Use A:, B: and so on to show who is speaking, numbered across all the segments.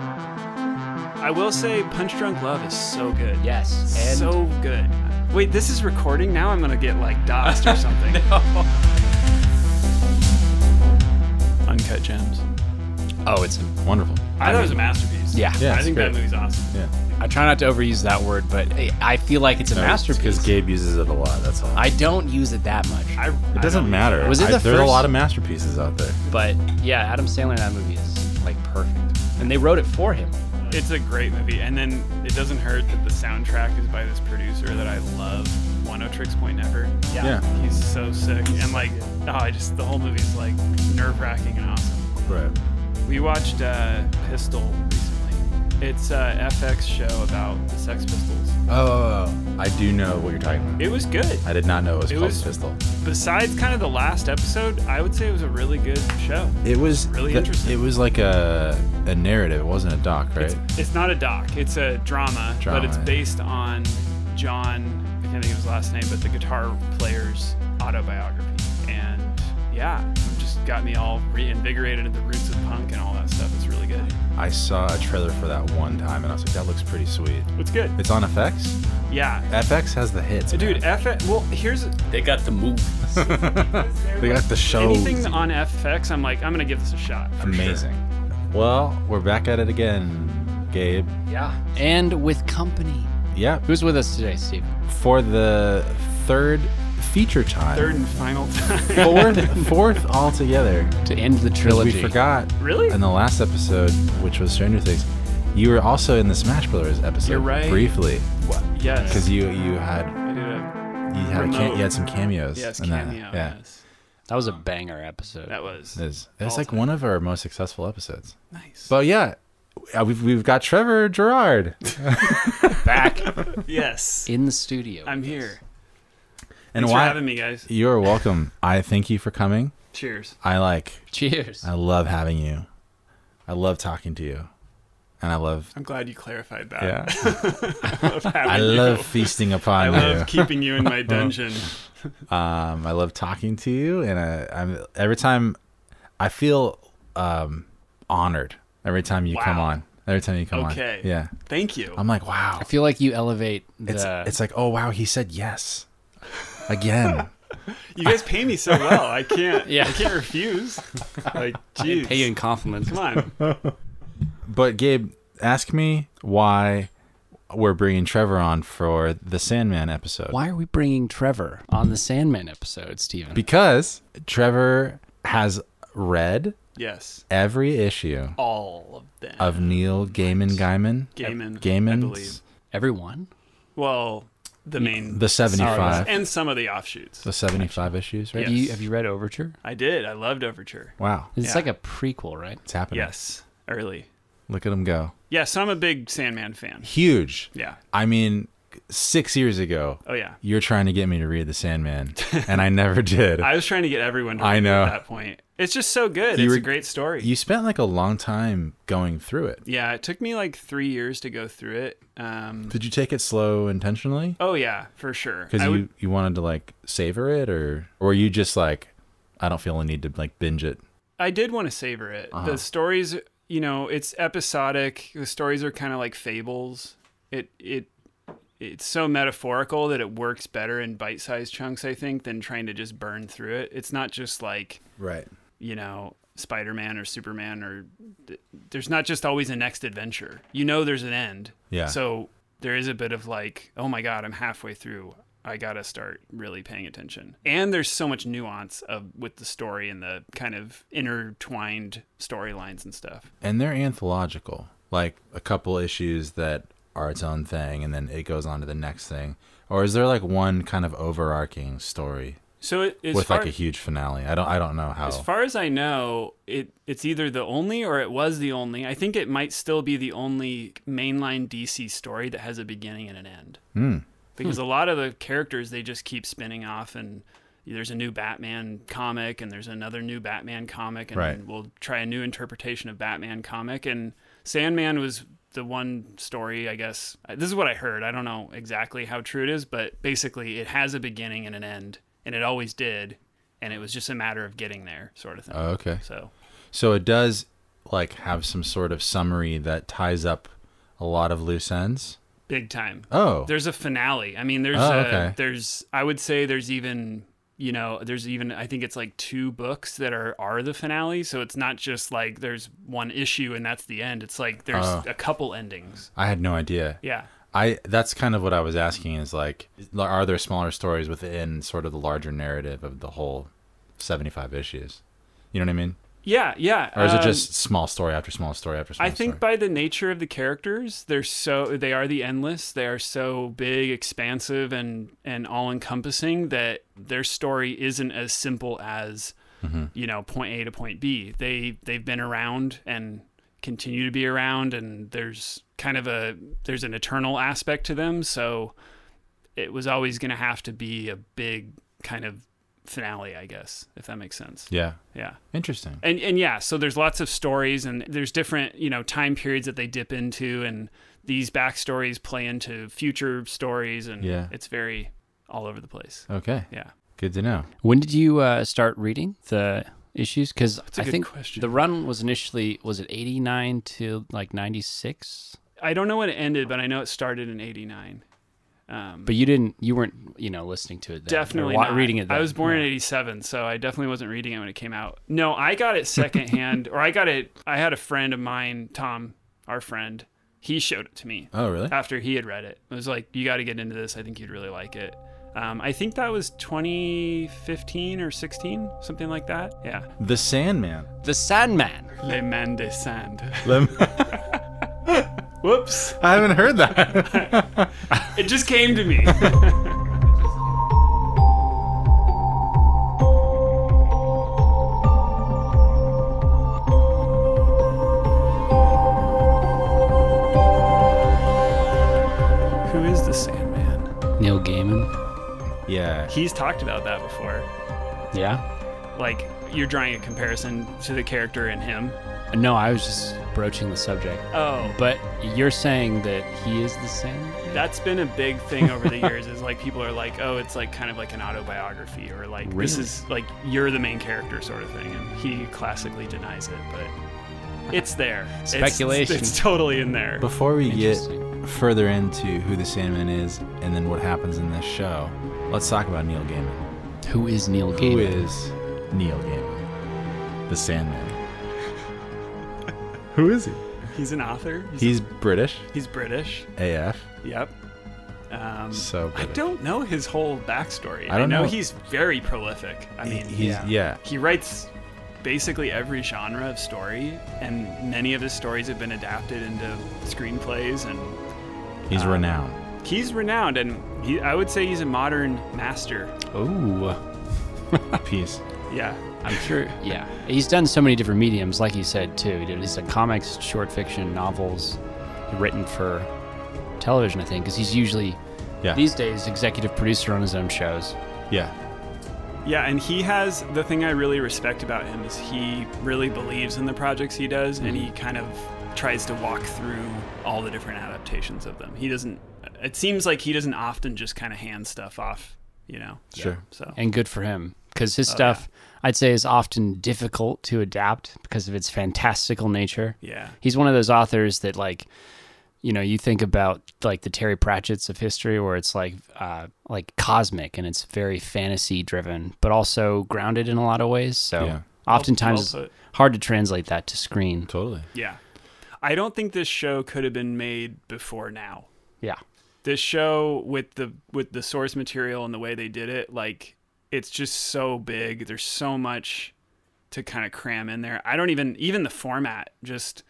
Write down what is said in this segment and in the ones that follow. A: I will say Punch Drunk Love is so good.
B: Yes. And
A: so good. Wait, this is recording now? I'm gonna get like doxxed or something. Uncut Gems.
B: oh, it's wonderful.
A: I, thought it was a masterpiece.
B: Yeah.
C: Yeah,
A: I
C: it's
A: think that
C: great.
A: movie's awesome.
C: Yeah.
B: I try not to overuse that word, but I- I feel like it's a masterpiece.
C: Because Gabe uses it a lot. That's all.
B: I don't use it that much,
A: I,
C: it doesn't matter.
B: Was it
C: I-
B: the
C: There's
B: first-
C: a lot of masterpieces out there.
B: but yeah, Adam Sandler in that movie is like perfect, and they wrote it for him.
A: It's a great movie, and then it doesn't hurt that the soundtrack is by this producer that I love. One O Tricks Point Never.
C: Yeah.
A: He's so sick, and like, oh, I just the whole movie's like nerve wracking and awesome.
C: Right.
A: We watched uh, Pistol recently. It's a FX show about the Sex Pistols.
C: Oh, I do know what you're talking about.
A: It was good.
C: I did not know it was
A: It
C: called
A: was-
C: Pistol.
A: Besides kind of the last episode, I would say it was a really good show.
C: It was
A: Really interesting.
C: It was like a a narrative. It wasn't a doc, right?
A: It's not a doc, it's a drama,
C: Drama,
A: but it's
C: yeah.
A: based on John, I can't think of his last name, but the guitar player's autobiography. And yeah, it just got me all reinvigorated at the roots of punk and all that stuff. It's really good.
C: I saw a trailer for that one time, and I was like, that looks pretty sweet.
A: It's good.
C: It's on FX.
A: Yeah.
C: FX has the hits,
A: Dude,
C: man.
A: F. Well, here's
B: They got the move.
C: they got the show.
A: anything on FX. I'm like, I'm gonna give this a shot. for sure.
C: Amazing. Well, we're back at it again, Gabe.
B: Yeah, and with company.
C: Yeah,
B: Who's with us today, Steve?
C: for the third feature time.
A: Third and final time.
C: fourth, fourth altogether.
B: To end the
C: 'Cause
B: trilogy.
C: We forgot
A: Really?
C: in the last episode, which was Stranger Things. You were also in the Smash Brothers episode.
A: You're right.
C: Briefly,
A: yes.
C: because you you had
A: I did a
C: you had, a
A: Remote.
C: cam- you had some cameos.
A: yes
C: in that.
A: cameo.
C: Yeah.
A: Yes.
B: That was a banger episode.
A: That was
C: It's, it's
A: All
C: like
A: time.
C: one of our most successful episodes.
A: nice.
C: But yeah, uh, we've, we've got Trevor Gerard,
B: Back
A: yes.
B: in the studio.
A: I'm
B: with us.
A: here.
C: and
A: Thanks
C: why
A: for having me, guys.
C: you're welcome. I thank you for coming.
A: Cheers.
C: I like
B: Cheers.
C: I love having you. I love talking to you, and I love
A: I'm glad you clarified that.
C: yeah.
A: Of having
C: I
A: you.
C: love feasting upon
A: I
C: you.
A: love keeping you in my dungeon.
C: Um, I love talking to you, and I, I'm every time I feel um, honored every time you come
A: Wow.
C: on. Every time you come
A: Okay.
C: on, yeah,
A: Thank you.
C: I'm like, wow,
B: I feel like you elevate the.
C: it's it's like, oh wow, he said yes again.
A: you guys pay me so well. I can't.
B: Yeah.
A: I can't refuse. Like, geez.
B: pay you in compliments.
A: Come on.
C: but Gabe, ask me why we're bringing Trevor on for the Sandman episode
B: Why are we bringing Trevor on the Sandman episode, Steven?
C: because Trevor has read
A: Yes.
C: every issue
A: Oh, All of them.
C: of Neil Gaiman Gaiman
A: Gaiman, I
C: Gaiman's
A: believe.
B: Everyone?
A: Well, the main.
C: the seventy five.
A: and some of the offshoots.
C: The 75 issues, right?
A: Yeah.
B: Do you,
A: Yes.
B: have you read Overture?
A: I did. I loved Overture.
C: Wow.
B: It's
A: Yeah.
B: like a prequel, right?
C: It's happening.
A: Yes. Early.
C: Look at him go.
A: Yeah, so I'm a big Sandman fan.
C: Huge.
A: Yeah.
C: I mean, six years ago,
A: Oh yeah.
C: you're trying to get me to read The Sandman, and I never did.
A: I was trying to get everyone to
C: I
A: read it
C: know.
A: at that point. It's just so good.
C: You
A: it's
C: were-
A: a great story.
C: you spent like a long time going through it.
A: yeah, it took me like three years to go through it. Um,
C: Did you take it slow intentionally?
A: oh yeah, for sure.
C: Because
A: I
C: you,
A: would,
C: you wanted to like savor it, or or were you just like, I don't feel a need to like binge it?
A: I did want to savor it.
C: Uh-huh.
A: The stories, you know, it's episodic. The stories are kind of like fables. It it it's so metaphorical that it works better in bite-sized chunks, I think, than trying to just burn through it. It's not just like
C: Right.
A: you know spider-man or superman or th- there's not just always a next adventure you know there's an end
C: Yeah.
A: so there is a bit of like oh my god i'm halfway through i gotta start really paying attention and there's so much nuance of with the story and the kind of intertwined storylines and stuff
C: And they're anthological, like a couple issues that are its own thing, and then it goes on to the next thing. Or is there like one kind of overarching story
A: so it, as,
C: with
A: far,
C: like a huge finale? I don't I don't know how.
A: as far as i know it it's either the only or it was the only i think it might still be the only mainline dc story that has a beginning and an end
C: Mm.
A: because a lot of the characters they just keep spinning off and there's a new Batman comic and there's another new Batman comic and
C: Right.
A: we'll try a new interpretation of Batman comic and Sandman was the one story, I guess. This is what I heard. I don't know exactly how true it is, but basically, it has a beginning and an end, and it always did, and it was just a matter of getting there, sort of thing.
C: Oh, okay.
A: So
C: So it does like have some sort of summary that ties up a lot of loose ends.
A: big time.
C: Oh,
A: There's a finale. I mean, there's
C: Oh,
A: a,
C: okay.
A: there's I would say there's even you know there's even I think it's like two books that are are the finale. So it's not just like there's one issue and that's the end. It's like there's
C: Oh.
A: a couple endings.
C: I had no idea.
A: Yeah.
C: I that's kind of what I was asking is like, are there smaller stories within sort of the larger narrative of the whole seventy-five issues? You know what I mean?
A: Yeah, yeah.
C: Or is it
A: um,
C: just small story after small story after small
A: I think
C: story?
A: by the nature of the characters, they're so they are the endless. They are so big, expansive, and and all encompassing that their story isn't as simple as you know point A to point B. They they've been around and continue to be around, and there's kind of a there's an eternal aspect to them. So it was always going to have to be a big kind of finale, I guess, if that makes sense.
C: yeah.
A: yeah.
C: Interesting.
A: And and yeah, so there's lots of stories and there's different, you know, time periods that they dip into and these backstories play into future stories and
C: Yeah.
A: it's very all over the place.
C: Okay.
A: Yeah.
C: Good to know.
B: When did you uh, start reading the issues? Because
A: a
B: I
A: good
B: think
A: question.
B: the run was initially was it eighty nine to like ninety six,
A: I don't know when it ended, but I know it started in 89. Um
B: but you didn't you weren't you know listening to it then, or
A: definitely
B: wa-
A: not.
B: reading it. Then.
A: I was born
B: No.
A: in 87, so I definitely wasn't reading it when it came out. No, I got it secondhand or I got it I had a friend of mine, Tom, our friend. He showed it to me.
C: Oh, really?
A: after he had read it. It was like, you got to get into this. I think you'd really like it. Um, I think that was 2015 or 16, something like that. Yeah.
C: The Sandman.
B: the Sandman.
A: Le Man de Sand.
C: Lem-
A: Whoops.
C: I haven't heard that.
A: It just came to me. Who is the Sandman?
B: Neil Gaiman.
C: yeah.
A: He's talked about that before.
B: Yeah.
A: like you're drawing a comparison to the character and him.
B: No, I was just broaching the subject.
A: Oh,
B: But you're saying that he is the Sandman.
A: that's been a big thing over the years is like people are like, "Oh, it's like kind of like an autobiography or like this
B: Really?
A: is like you're the main character sort of thing." And he classically denies it, but it's there. It's-
B: Speculation.
A: It's, totally in there.
C: Before we get
B: Interesting.
C: further into who the Sandman is and then what happens in this show, let's talk about Neil Gaiman.
B: Who is Neil Gaiman?
C: Who is Neil Gaiman? The Sandman. who is he?
A: He's an author. He's,
C: He's British
A: he's British.
C: AF.
A: Yep. Um,
C: So
A: I
C: British.
A: don't know his whole backstory.
C: I don't
A: know.
C: know.
A: He's very prolific. I mean,
C: He- he's yeah.
A: He writes basically every genre of story, and many of his stories have been adapted into screenplays. And
C: He's
A: Um,
C: renowned.
A: he's renowned, and he, I would say he's a modern master.
B: Oh,
C: Peace.
A: Yeah,
B: I'm sure. Yeah, he's done so many different mediums, like you said too. He did he's done comics, short fiction, novels, written for television, I think, because he's usually
C: Yeah.
B: these days executive producer on his own shows.
C: yeah.
A: yeah, and he has the thing I really respect about him is he really believes in the projects he does, and
B: Mm-hmm.
A: he kind of tries to walk through all the different adaptations of them. He doesn't. It seems like he doesn't often just kind of hand stuff off, you know.
C: Sure.
A: So
B: and good for him because his stuff i'd say is often difficult to adapt because of its fantastical nature
A: yeah,
B: he's one of those authors that like you know you think about like the terry pratchett's of history where it's like uh like cosmic and it's very fantasy driven but also grounded in a lot of ways so
C: Yeah.
B: oftentimes
A: Well- well
B: it's hard to translate that to screen
C: Totally.
A: yeah. I don't think this show could have been made before now.
B: yeah
A: this show with the with the source material and the way they did it like it's just so big there's so much to kind of cram in there i don't even even the format just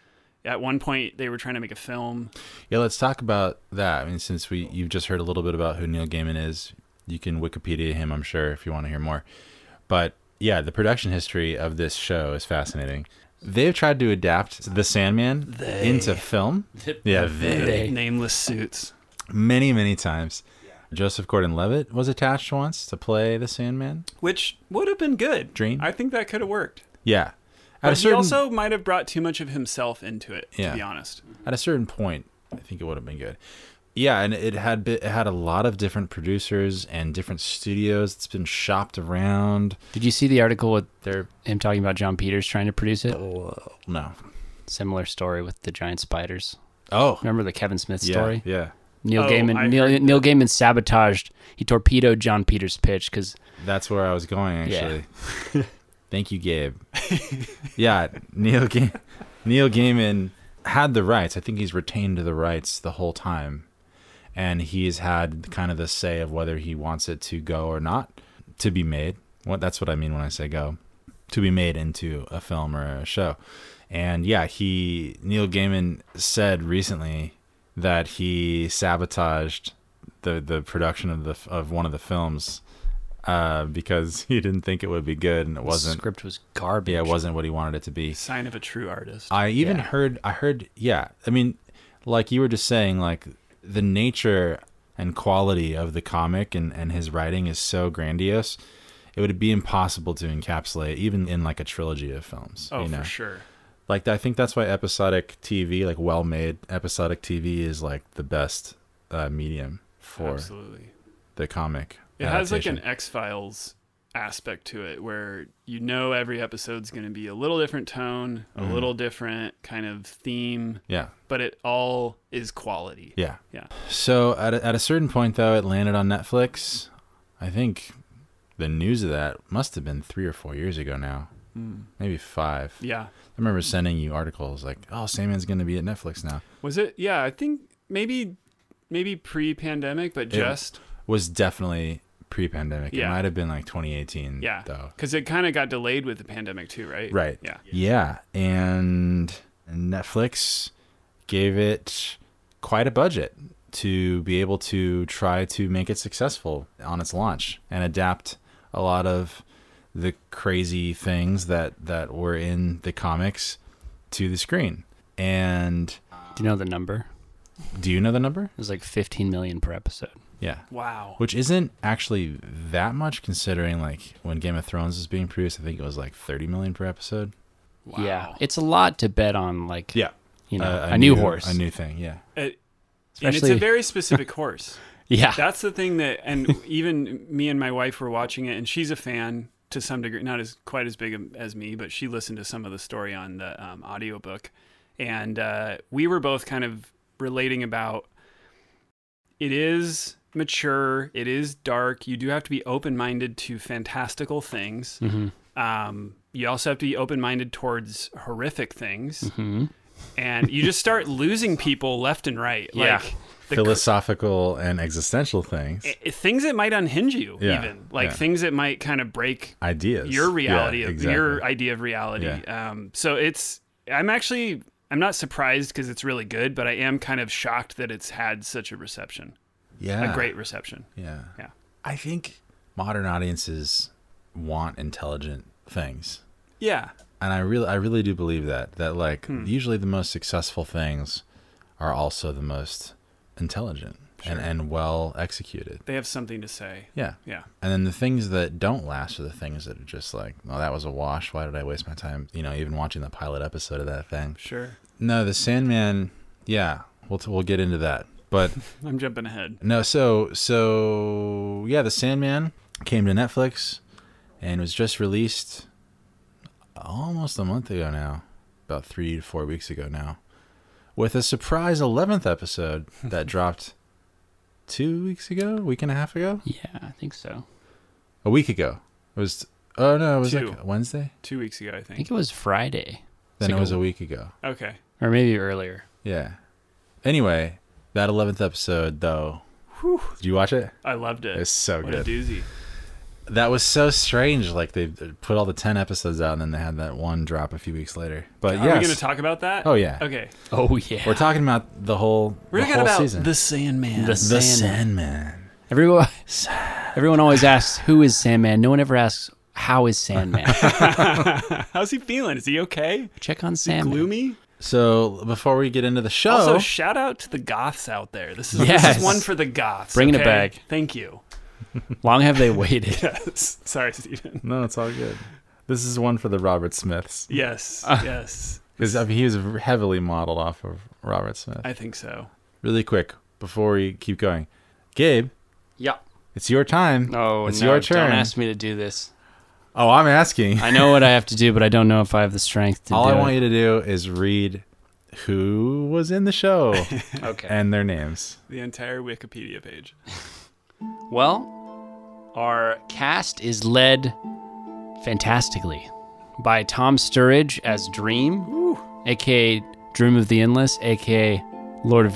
A: at one point they were trying to make a film
C: Yeah, let's talk about that. I mean, since we you've just heard a little bit about who Neil Gaiman is, you can Wikipedia him, I'm sure, if you want to hear more. But yeah, the production history of this show is fascinating. They've tried to adapt The Sandman into film. yeah, they.
B: They.
A: nameless suits
C: many many times. Joseph Gordon-Levitt was attached once to play The Sandman.
A: which would have been good
C: Dream.
A: i think that could have worked
C: Yeah. At a
A: But he
C: certain
A: also might have brought too much of himself into it,
C: Yeah.
A: to be honest.
C: at a certain point, I think it would have been good. Yeah, and it had been, it had a lot of different producers and different studios. It's been shopped around.
B: Did you see the article with
C: They're oh,
B: him talking about John Peters trying to produce it?
C: no.
B: Similar story with the giant spiders.
C: Oh,
B: Remember the Kevin Smith
C: yeah,
B: story?
C: Yeah,
B: Neil
A: Oh, I
B: Gaiman. Neil,
A: heard
B: Neil Gaiman sabotaged. He torpedoed John Peters' pitch because
C: that's where I was going
B: Yeah.
C: actually. Thank you, Gabe. yeah, Neil Ga- Neil Gaiman had the rights. I think he's retained the rights the whole time, and he's had kind of the say of whether he wants it to go or not to be made. What that's what I mean when I say go to be made into a film or a show. And yeah, he Neil Gaiman said recently that he sabotaged the the production of the of one of the films uh, because he didn't think it would be good and it
B: the
C: wasn't
B: script was garbage.
C: yeah, it wasn't what he wanted it to be.
A: Sign of a true artist.
C: I even
B: Yeah.
C: heard, I heard, yeah. I mean, like you were just saying, like the nature and quality of the comic and, and his writing is so grandiose. It would be impossible to encapsulate, even in like a trilogy of films.
A: oh,
C: you know?
A: for sure.
C: Like I think that's why episodic TV, like well-made episodic TV, is like the best uh, medium for
A: Absolutely.
C: the comic.
A: It has like
C: adaptation.
A: an X Files aspect to it where you know every episode's going to be a little different tone, a little different kind of theme,
C: yeah,
A: but it all is quality.
C: yeah.
A: Yeah.
C: So at a, at a certain point, though, it landed on Netflix. I think the news of that must have been three or four years ago now, maybe five.
A: Yeah.
C: I remember sending you articles like, "Oh, Sandman's going to be at Netflix now."
A: Was it? Yeah, I think maybe maybe pre-pandemic, but
C: Yeah.
A: just
C: Was definitely pre-pandemic. It
A: Yeah.
C: might have been like 2018.
A: yeah,
C: though.
A: because it kind of got delayed with the pandemic too, right?
C: Right.
A: Yeah.
C: Yeah, and Netflix gave it quite a budget to be able to try to make it successful on its launch and adapt a lot of the crazy things that that were in the comics to the screen. And
B: Do you know the number?
C: do you know the number?
B: It was like 15 million per episode.
C: Yeah.
A: Wow.
C: Which isn't actually that much considering like when Game of Thrones was being produced, I think it was like 30 million per episode.
A: wow.
B: Yeah, it's a lot to bet on. Like
C: Yeah.
B: you know,
C: Uh,
B: a, new, horse.
C: A new thing, yeah.
A: It- and it's
B: especially
A: a very specific horse.
B: yeah.
A: That's the thing that, and even me and my wife were watching it, and she's a fan to some degree, not as quite as big as me, but she listened to some of the story on the um, audiobook, and uh, we were both kind of relating about it is mature, it is dark. You do have to be open minded to fantastical things.
B: Mm-hmm,
A: Um, you also have to be open minded towards horrific things,
B: mm-hmm.
A: and you just start losing people left and right.
B: Yeah.
A: Like, the
C: philosophical and existential things,
A: i- i- things that might unhinge you
C: Yeah,
A: even like
C: yeah.
A: things that might kind of break
C: ideas.
A: your reality
C: Yeah,
A: of
C: exactly.
A: your idea of reality um, so it's i'm actually i'm not surprised because it's really good but i am kind of shocked that it's had such a reception
C: yeah,
A: a great reception
C: yeah.
A: yeah
C: I think modern audiences want intelligent things,
A: yeah
C: and I really, I really do believe that. That like
A: Hmm.
C: usually the most successful things are also the most intelligent and and well executed.
A: they have something to say
C: Yeah.
A: yeah
C: And then the things that don't last are the things that are just like, well, that was a wash. Why did I waste my time? You know, even watching the pilot episode of that thing.
A: sure
C: No, the Sandman. Yeah, we'll t- we'll get into that. But
A: i'm jumping ahead
C: No, so so yeah, The Sandman came to Netflix and was just released almost a month ago now, about 3 to 4 weeks ago now, with a surprise 11th episode that dropped 2 weeks ago, week and a half ago,
B: yeah, I think so.
C: a week ago. It was Oh no, it was
A: Two.
C: like Wednesday.
A: two weeks ago i
B: I
A: think
B: think it was Friday. It's
C: Then
B: like
C: it was a week ago.
A: okay
B: or maybe earlier.
C: Yeah. Anyway, that 11th episode though. Did you watch it?
A: i loved it
C: It's so
A: what
C: good. Uh,
A: a doozy
C: that was so strange. Like they put all the ten episodes out, and then they had that one drop a few weeks later. But
A: are we
C: yeah,
A: gonna talk about that
C: Oh, yeah.
A: okay
B: Oh yeah.
C: we're talking about the whole
A: we're
C: the
A: talking
C: whole
A: about
C: season.
A: the sandman
B: The
C: the
B: Sandman.
C: Sandman.
B: Everyone, everyone always asks who is Sandman. No one ever asks how is Sandman.
A: how's he feeling is he okay
B: Check on
A: is he
B: Sandman.
A: gloomy
C: So before we get into the show,
A: Also, shout out to the goths out there. This is, this
B: Yes.
A: is one for the goths.
B: Bringing it
A: okay?
B: back.
A: Thank you.
B: Long have they waited?
A: Yes. Sorry, Stephen.
C: no, it's all good. This is one for the Robert Smiths.
A: Yes,
B: Uh.
A: yes.
C: Because I mean, he was heavily modeled off of Robert Smith.
A: I think so.
C: really quick, before we keep going, Gabe,
B: Yeah.
C: it's your time.
A: Oh,
B: No,
C: it's
B: no,
C: your turn.
B: Don't ask me to do this.
C: oh, I'm asking.
B: I know what I have to do, but I don't know if I have the strength to
C: All
B: do
C: I want
B: it.
C: you to do is read who was in the show
B: okay.
C: and their names.
A: The entire Wikipedia page.
B: Well, our cast is led fantastically by Tom Sturridge as Dream, aka Dream of the Endless, aka Lord of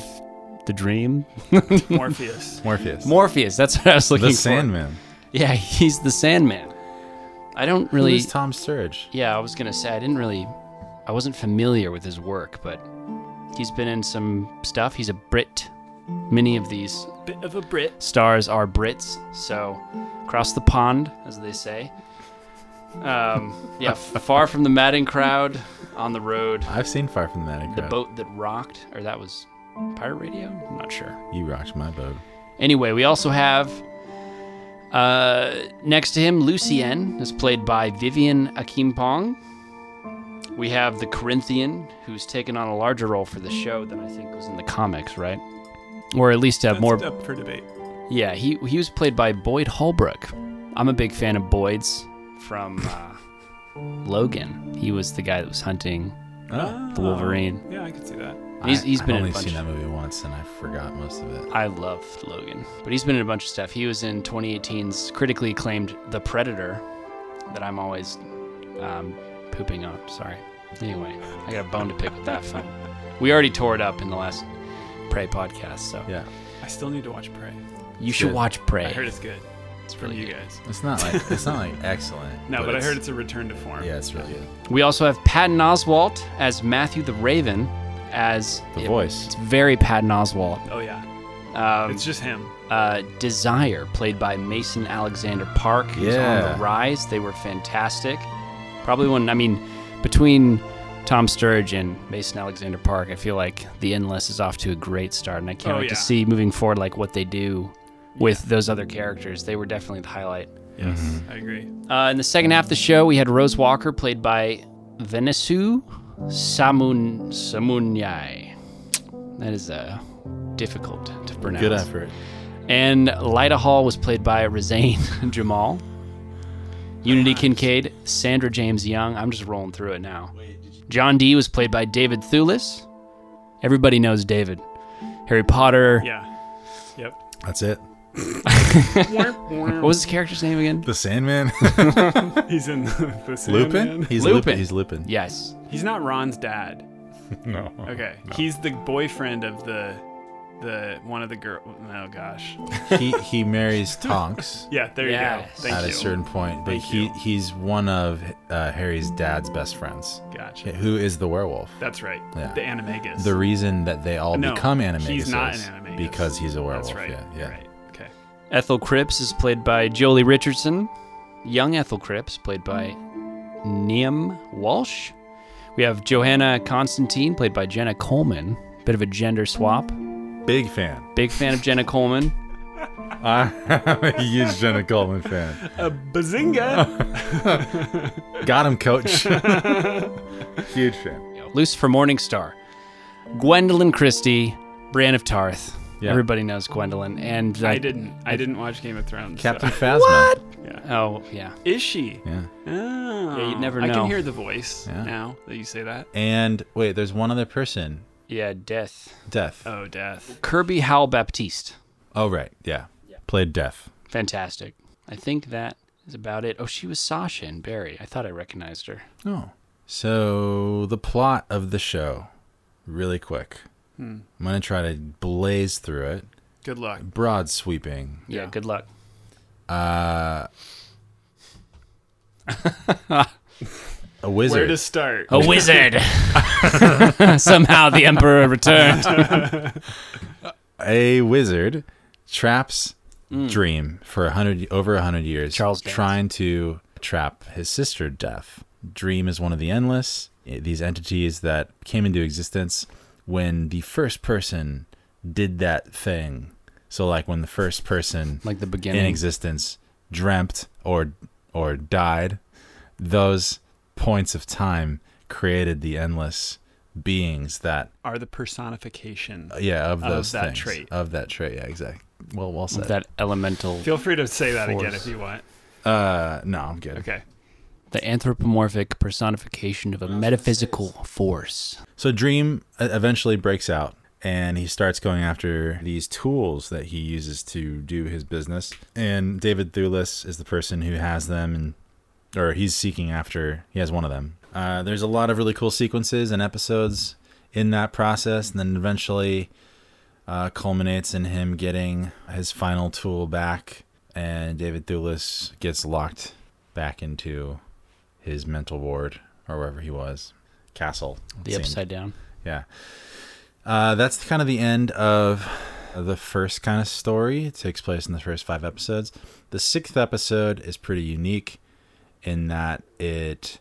B: the Dream.
A: Morpheus.
C: Morpheus,
B: Morpheus, that's what I was looking
C: the
B: for.
C: Sandman.
B: Yeah, he's the Sandman. I don't
C: Who
B: really.
C: is Tom Sturridge?
B: Yeah, I was gonna say I didn't really, I wasn't familiar with his work, but he's been in some stuff. He's a Brit. Many of these
A: Bit of a Brit.
B: stars are Brits, so across the pond, as they say. Um, yeah, f- far from the Madden crowd, on the road,
C: I've seen Far from the Attic.
B: the
C: Crowd.
B: boat that rocked, or that was pirate radio. I'm not sure.
C: You rocked my boat.
B: Anyway, we also have uh, next to him Lucien, is played by Vivian Akimpong. We have the Corinthian, who's taken on a larger role for the show than I think was in the comics, right? Or at least uh,
A: That's
B: more.
A: up for debate.
B: Yeah, he he was played by Boyd Holbrook. I'm a big fan of Boyd's from uh, Logan. He was the guy that was hunting.
C: Oh.
B: Ah, The Wolverine.
A: Ah. Yeah, I could see that.
B: Uh, He's- he's
C: I,
B: been in
C: I've
B: a
C: only
B: bunch.
C: seen that movie once, and I forgot most of it.
B: I love Logan, but he's been in a bunch of stuff. He was in 2018's critically acclaimed The Predator, that I'm always um, pooping on. Sorry. Anyway, I got a bone to pick with that film. We already tore it up in the last Prey podcast, so
C: Yeah,
A: I still need to watch Prey.
B: you should
C: Good.
B: watch
A: I heard
B: Prey.
A: it's good
B: It's
A: from
B: really
A: you
B: good.
A: guys.
C: it's not like it's not like excellent.
A: No, but, I
C: it's-
A: heard it's a return to form.
C: Yeah, it's really good.
B: We also have Patton Oswalt as Matthew the Raven, as
C: The
B: it-
C: voice.
B: It's very Patton Oswalt.
A: Oh yeah,
B: Um,
A: it's just him.
B: uh, Desire, played by Mason Alexander Park, who's on
C: Yeah.
B: the rise. They were fantastic. Probably one, I mean, between Tom Sturridge and Mason Alexander Park, I feel like The Endless is off to a great start, and I can't
A: Oh,
B: wait to
A: yeah.
B: see moving forward like what they do with those other characters. They were definitely the highlight.
A: Yes, I agree.
B: Uh, in the second half of the show, we had Rose Walker, played by Venesu Samun Samunyai. That is uh, difficult to pronounce.
C: Good effort.
B: And Lyda Hall was played by Razane Jamal. Unity Kincaid, Sandra James Young. I'm just rolling through it now. John D was played by David Thewlis. Everybody knows David. Harry Potter.
A: Yeah. Yep.
C: That's it.
B: What was his character's name again?
C: The Sandman.
A: He's in the, the Sandman.
C: Lupin. He's Lupin.
B: Lupin.
C: He's Lupin.
B: Yes.
A: He's not Ron's dad.
C: No.
A: Okay, he's the boyfriend of the the one of the girl. Oh gosh.
C: he he marries Tonks
A: Yeah, there
B: Yes.
A: you go. Thank
C: at
A: you.
C: a certain point, but
A: Thank
C: he
A: you.
C: he's one of uh, Harry's dad's best friends,
A: gotcha.
C: who is the werewolf.
A: That's right.
C: Yeah.
A: The animagus.
C: The reason that they all
A: No,
C: become animagus
A: he's not
C: is
A: an animagus.
C: because he's a werewolf.
A: That's right.
C: Yeah, yeah.
A: Right. Okay.
B: Ethel Cripps is played by Jolie Richardson. Young Ethel Cripps, played by Niamh Walsh. We have Johanna Constantine, played by Jenna Coleman. Bit of a gender swap.
C: Big fan.
B: Big fan of Jenna Coleman.
C: I'm a huge Jenna Coleman fan.
A: A bazinga.
C: Got him, coach. huge fan.
B: Lucifer Morningstar, Gwendolyn Christie, Bran of Tarth.
C: Yeah.
B: Everybody knows Gwendolyn, and uh,
A: I didn't. I didn't watch Game of Thrones. so-
C: Captain Phasma. What?
B: Oh yeah,
A: Is she?
C: Yeah.
A: Oh.
B: Yeah, you'd never
A: I
B: know.
A: can hear the voice
C: Yeah.
A: now that you say that.
C: And wait, there's one other person.
B: yeah, Death.
C: Death.
A: Oh, death.
B: Kirby Howell Baptiste,
C: Oh right, yeah. Played Death.
B: fantastic. I think that is about it. Oh, she was Sasha and Barry. I thought I recognized her.
C: Oh. So the plot of the show, really quick. I'm gonna try to blaze through it.
A: Good luck.
C: Broad sweeping.
B: Yeah,
A: Yeah.
B: good luck.
C: Uh, a wizard. Oh.
A: Where to start?
B: A wizard. Somehow the emperor returned.
C: a wizard traps Dream for a hundred over a hundred years,
B: Charles Dance.
C: trying to trap his sister Death. Dream is one of the endless eh, these entities that came into existence when the first person did that thing. So, like when the first person
B: Like the
C: in
B: beginning.
C: existence dreamt or or died, those points of time created the endless beings that
A: Are the personification.
C: yeah of
A: Of
C: those
A: that
C: things,
A: trait.
C: of that trait. Yeah, exactly. Well, well said.
B: Of that elemental,
A: Feel free to say that again
B: Force.
A: if you want.
C: uh, no, I'm good.
A: Okay.
B: the anthropomorphic personification of a metaphysical force.
C: So Dream uh, eventually breaks out and he starts going after these tools that he uses to do his business. And David Thulis is the person who has them and or he's seeking after he has one of them. Uh, there's a lot of really cool sequences and episodes in that process and then eventually uh, culminates in him getting his final tool back and David Thulis gets locked back into his mental ward or wherever he was castle it
B: The
C: seemed.
B: upside down.
C: Yeah. Uh, that's kind of the end of the first kind of story. It takes place in the first five episodes. The sixth episode is pretty unique in that it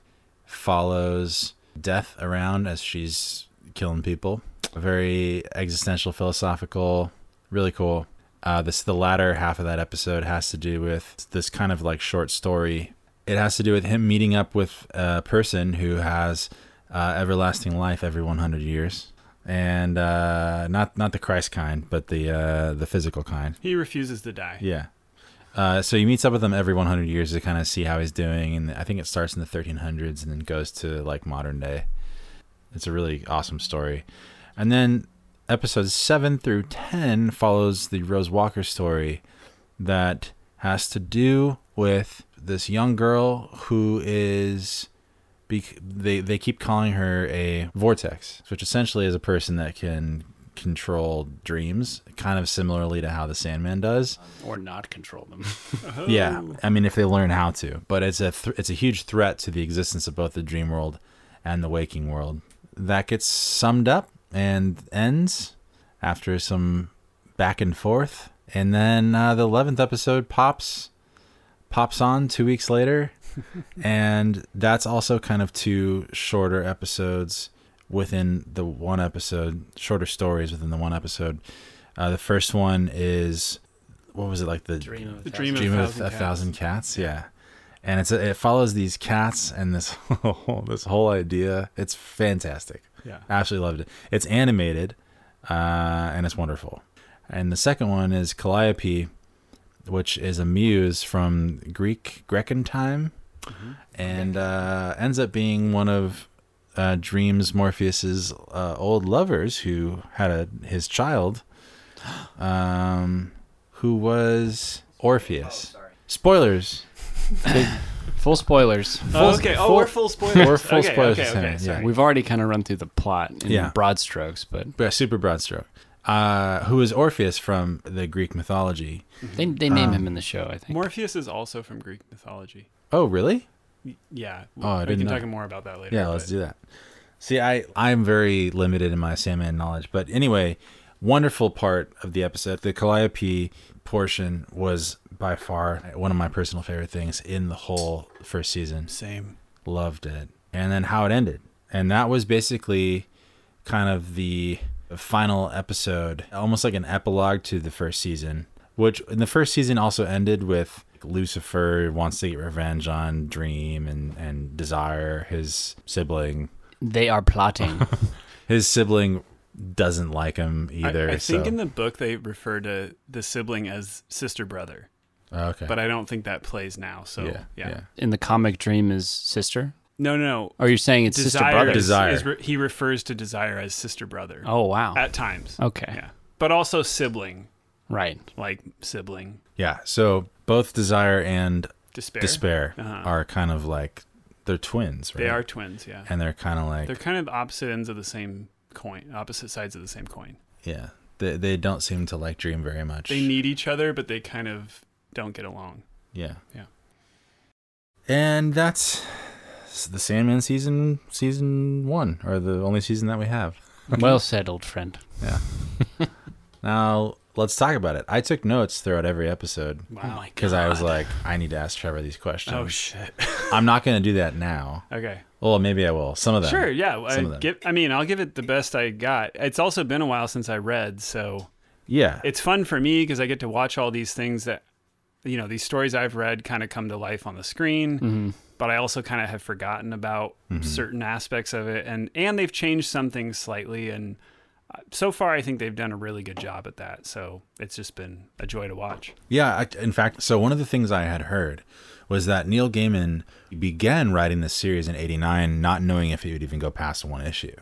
C: follows Death around as she's killing people. Very existential, philosophical, really cool. Uh, this the latter half of that episode has to do with this kind of like short story. It has to do with him meeting up with a person who has uh, everlasting life every 100 years, and uh, not not the Christ kind, but the uh, the physical kind.
A: He refuses to die.
C: Yeah. Uh, so he meets up with them every 100 years to kind of see how he's doing, and I think it starts in the 1300s and then goes to like modern day. It's a really awesome story, and then episodes seven through ten follows the Rose Walker story, that has to do with this young girl who is. bec they they keep calling her a vortex, which essentially is a person that can control dreams, kind of similarly to how the Sandman does.
B: Or not control them.
A: Oh.
C: Yeah, I mean, if they learn how to, but it's a th- it's a huge threat to the existence of both the dream world and the waking world. That gets summed up and ends after some back and forth, and then uh, the eleventh episode pops pops on two weeks later, and that's also kind of two shorter episodes within the one episode, shorter stories within the one episode. Uh, the first one is what was it like the
B: Dream of a
A: The
B: thousand
A: dream of-
C: Dream of
A: Thousand
C: a
A: Cats.
C: thousand cats. Yeah, and it's it follows these cats and this whole, this whole idea. It's fantastic.
A: Yeah.
C: Absolutely loved it. It's animated, uh, and it's wonderful. And the second one is Calliope, which is a muse from Greek Grecan time, and uh, ends up being one of uh, Dreams Morpheus's uh, old lovers who had a, his child, um, who was Orpheus. Spoilers.
B: Full spoilers.
A: Oh, okay. Oh,
C: Uh, full-
A: we're full spoilers.
C: we're full
A: okay,
C: spoilers
A: Okay,
C: this time,
A: okay,
C: yeah.
A: sorry.
B: We've already kind of run through the plot in
C: Yeah.
B: broad strokes, but
C: Yeah, super broad stroke. Uh, who is Orpheus from the Greek mythology?
A: Mhm.
B: they, they name
A: Um,
B: him in the show, I think.
A: Morpheus is also from Greek mythology.
C: Oh, really?
A: Y- Yeah.
C: Oh, I
A: we
C: didn't
A: can
C: know.
A: talk more about that later.
C: Yeah, let's
A: but-
C: do that. See, I I'm very limited in my Sandman knowledge, but anyway, wonderful part of the episode, the Calliope portion was by far one of my personal favorite things in the whole first season.
A: Same.
C: Loved it, and then how it ended, and that was basically kind of the final episode, almost like an epilogue to the first season. Which in the first season also ended with Lucifer wants to get revenge on Dream and and Desire, his sibling.
B: They are plotting.
C: His sibling doesn't like him
A: I-
C: either.
A: I, think
C: so.
A: in the book they refer to the sibling as sister brother,
C: Oh, okay,
A: but I don't think that plays now. So
C: yeah, yeah,
B: in the comic, Dream is sister.
A: No, no, no.
B: Or you're saying it's sister
A: Desire.
B: brother?
A: is-
C: Desire.
A: is re- he refers to desire as sister brother
B: Oh, wow.
A: at times.
B: okay.
A: Yeah, but also sibling,
B: Right.
A: like sibling
C: yeah. So both Desire and
A: despair.
C: Despair
A: Uh-huh.
C: are kind of like they're twins, right?
A: They are twins. Yeah,
C: and they're kind of like
A: they're kind of opposite ends of the same coin, opposite sides of the same coin.
C: yeah. They, they don't seem to like Dream very much.
A: They need each other, but they kind of don't get along.
C: Yeah.
A: Yeah.
C: And that's the Sandman season season 1 or the only season that we have.
B: Well said, old friend.
C: Now, let's talk about it. I took notes throughout every episode
A: Wow.
C: cuz I was like um, I need to ask Trevor these questions.
A: oh shit.
C: I'm not going to do that now.
A: Okay.
C: Well, maybe I will. Some of them.
A: Sure, yeah.
C: Some of
A: I,
C: them.
A: give, I mean, I'll give it the best I got. It's also been a while since I read, so
C: Yeah.
A: it's fun for me because I get to
C: Mm-hmm.
A: watch all these things that, you know, these stories I've read kind of come to life on the screen. but I also kind of have forgotten about certain aspects of it, and and they've changed some things slightly, and uh, so far I think they've done a really good job at that. So it's just been a joy to watch.
C: Yeah, I, in fact, so one of the things I had heard was that Neil Gaiman began writing this series in '89, not knowing if it would even go past one issue,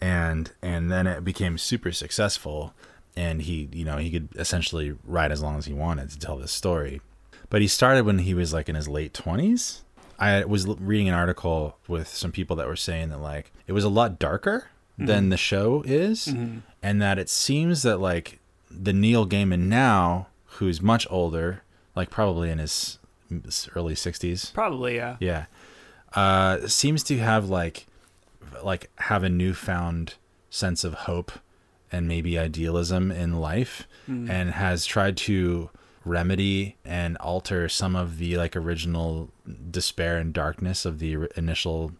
C: and and then it became super successful, and he you know he could essentially write as long as he wanted to tell this story, but he started when he was like in his late twenties. I was l- reading an article with some people that were saying that like it was a lot darker than the show is, and that it seems that like the Neil Gaiman now, who's much older, like probably in his s- early sixties,
A: Probably, yeah.
C: yeah, uh, seems to have like like have a newfound sense of hope and maybe idealism in life and has tried to remedy and alter some of the like original despair and darkness of the ri- initial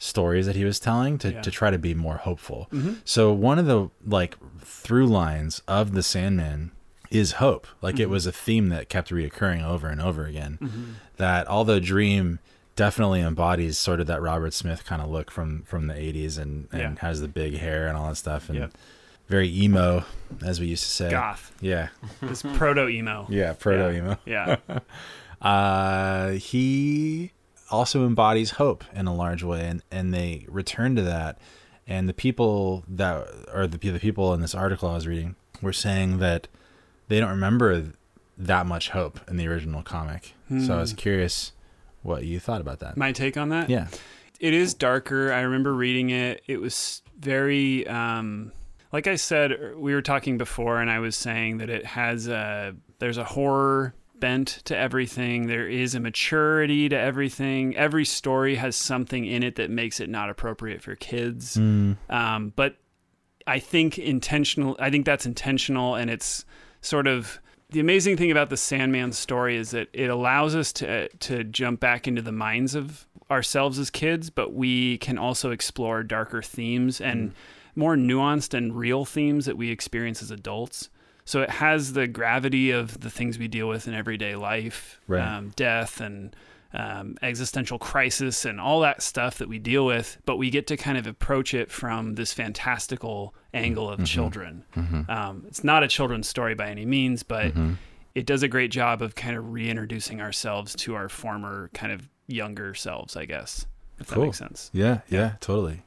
C: stories that he was telling to,
A: Yeah.
C: to try to be more hopeful so one of the like through lines of the sandman is hope like it was a theme that kept reoccurring over and over again that although dream definitely embodies sort of that robert smith kind of look from from the 80s and and
A: Yeah.
C: has the big hair and all that stuff and
A: Yep.
C: very emo as we used to say
A: Goth,
C: yeah
A: this proto emo.
C: yeah proto emo
A: Yeah,
C: uh, he also embodies hope in a large way, and, and they return to that. And the people that or the, pe- the people in this article I was reading were saying that they don't remember that much hope in the original comic. So I
A: Hmm.
C: was curious what you thought about that.
A: my take on that.
C: yeah,
A: it is darker. I remember reading it. It was very, um, like I said, er, we were talking before, and I was saying that it has a there's a horror bent to everything. There is a maturity to everything. Every story has something in it that makes it not appropriate for kids.
C: Hmm.
A: Um, but I think intentional. I think that's intentional, and it's sort of the amazing thing about the Sandman story is that it allows us to to jump back into the minds of ourselves as kids, but we can also explore darker themes and more nuanced and real themes that we experience as adults. So it has the gravity of the things we deal with in everyday life,
C: Right.
A: um, death and um, existential crisis and all that stuff that we deal with, but we get to kind of approach it from this fantastical angle of children. Um, it's not a children's story by any means, but it does a great job of kind of reintroducing ourselves to our former kind of younger selves, I guess, if that
C: Cool.
A: makes sense.
C: yeah, yeah, totally.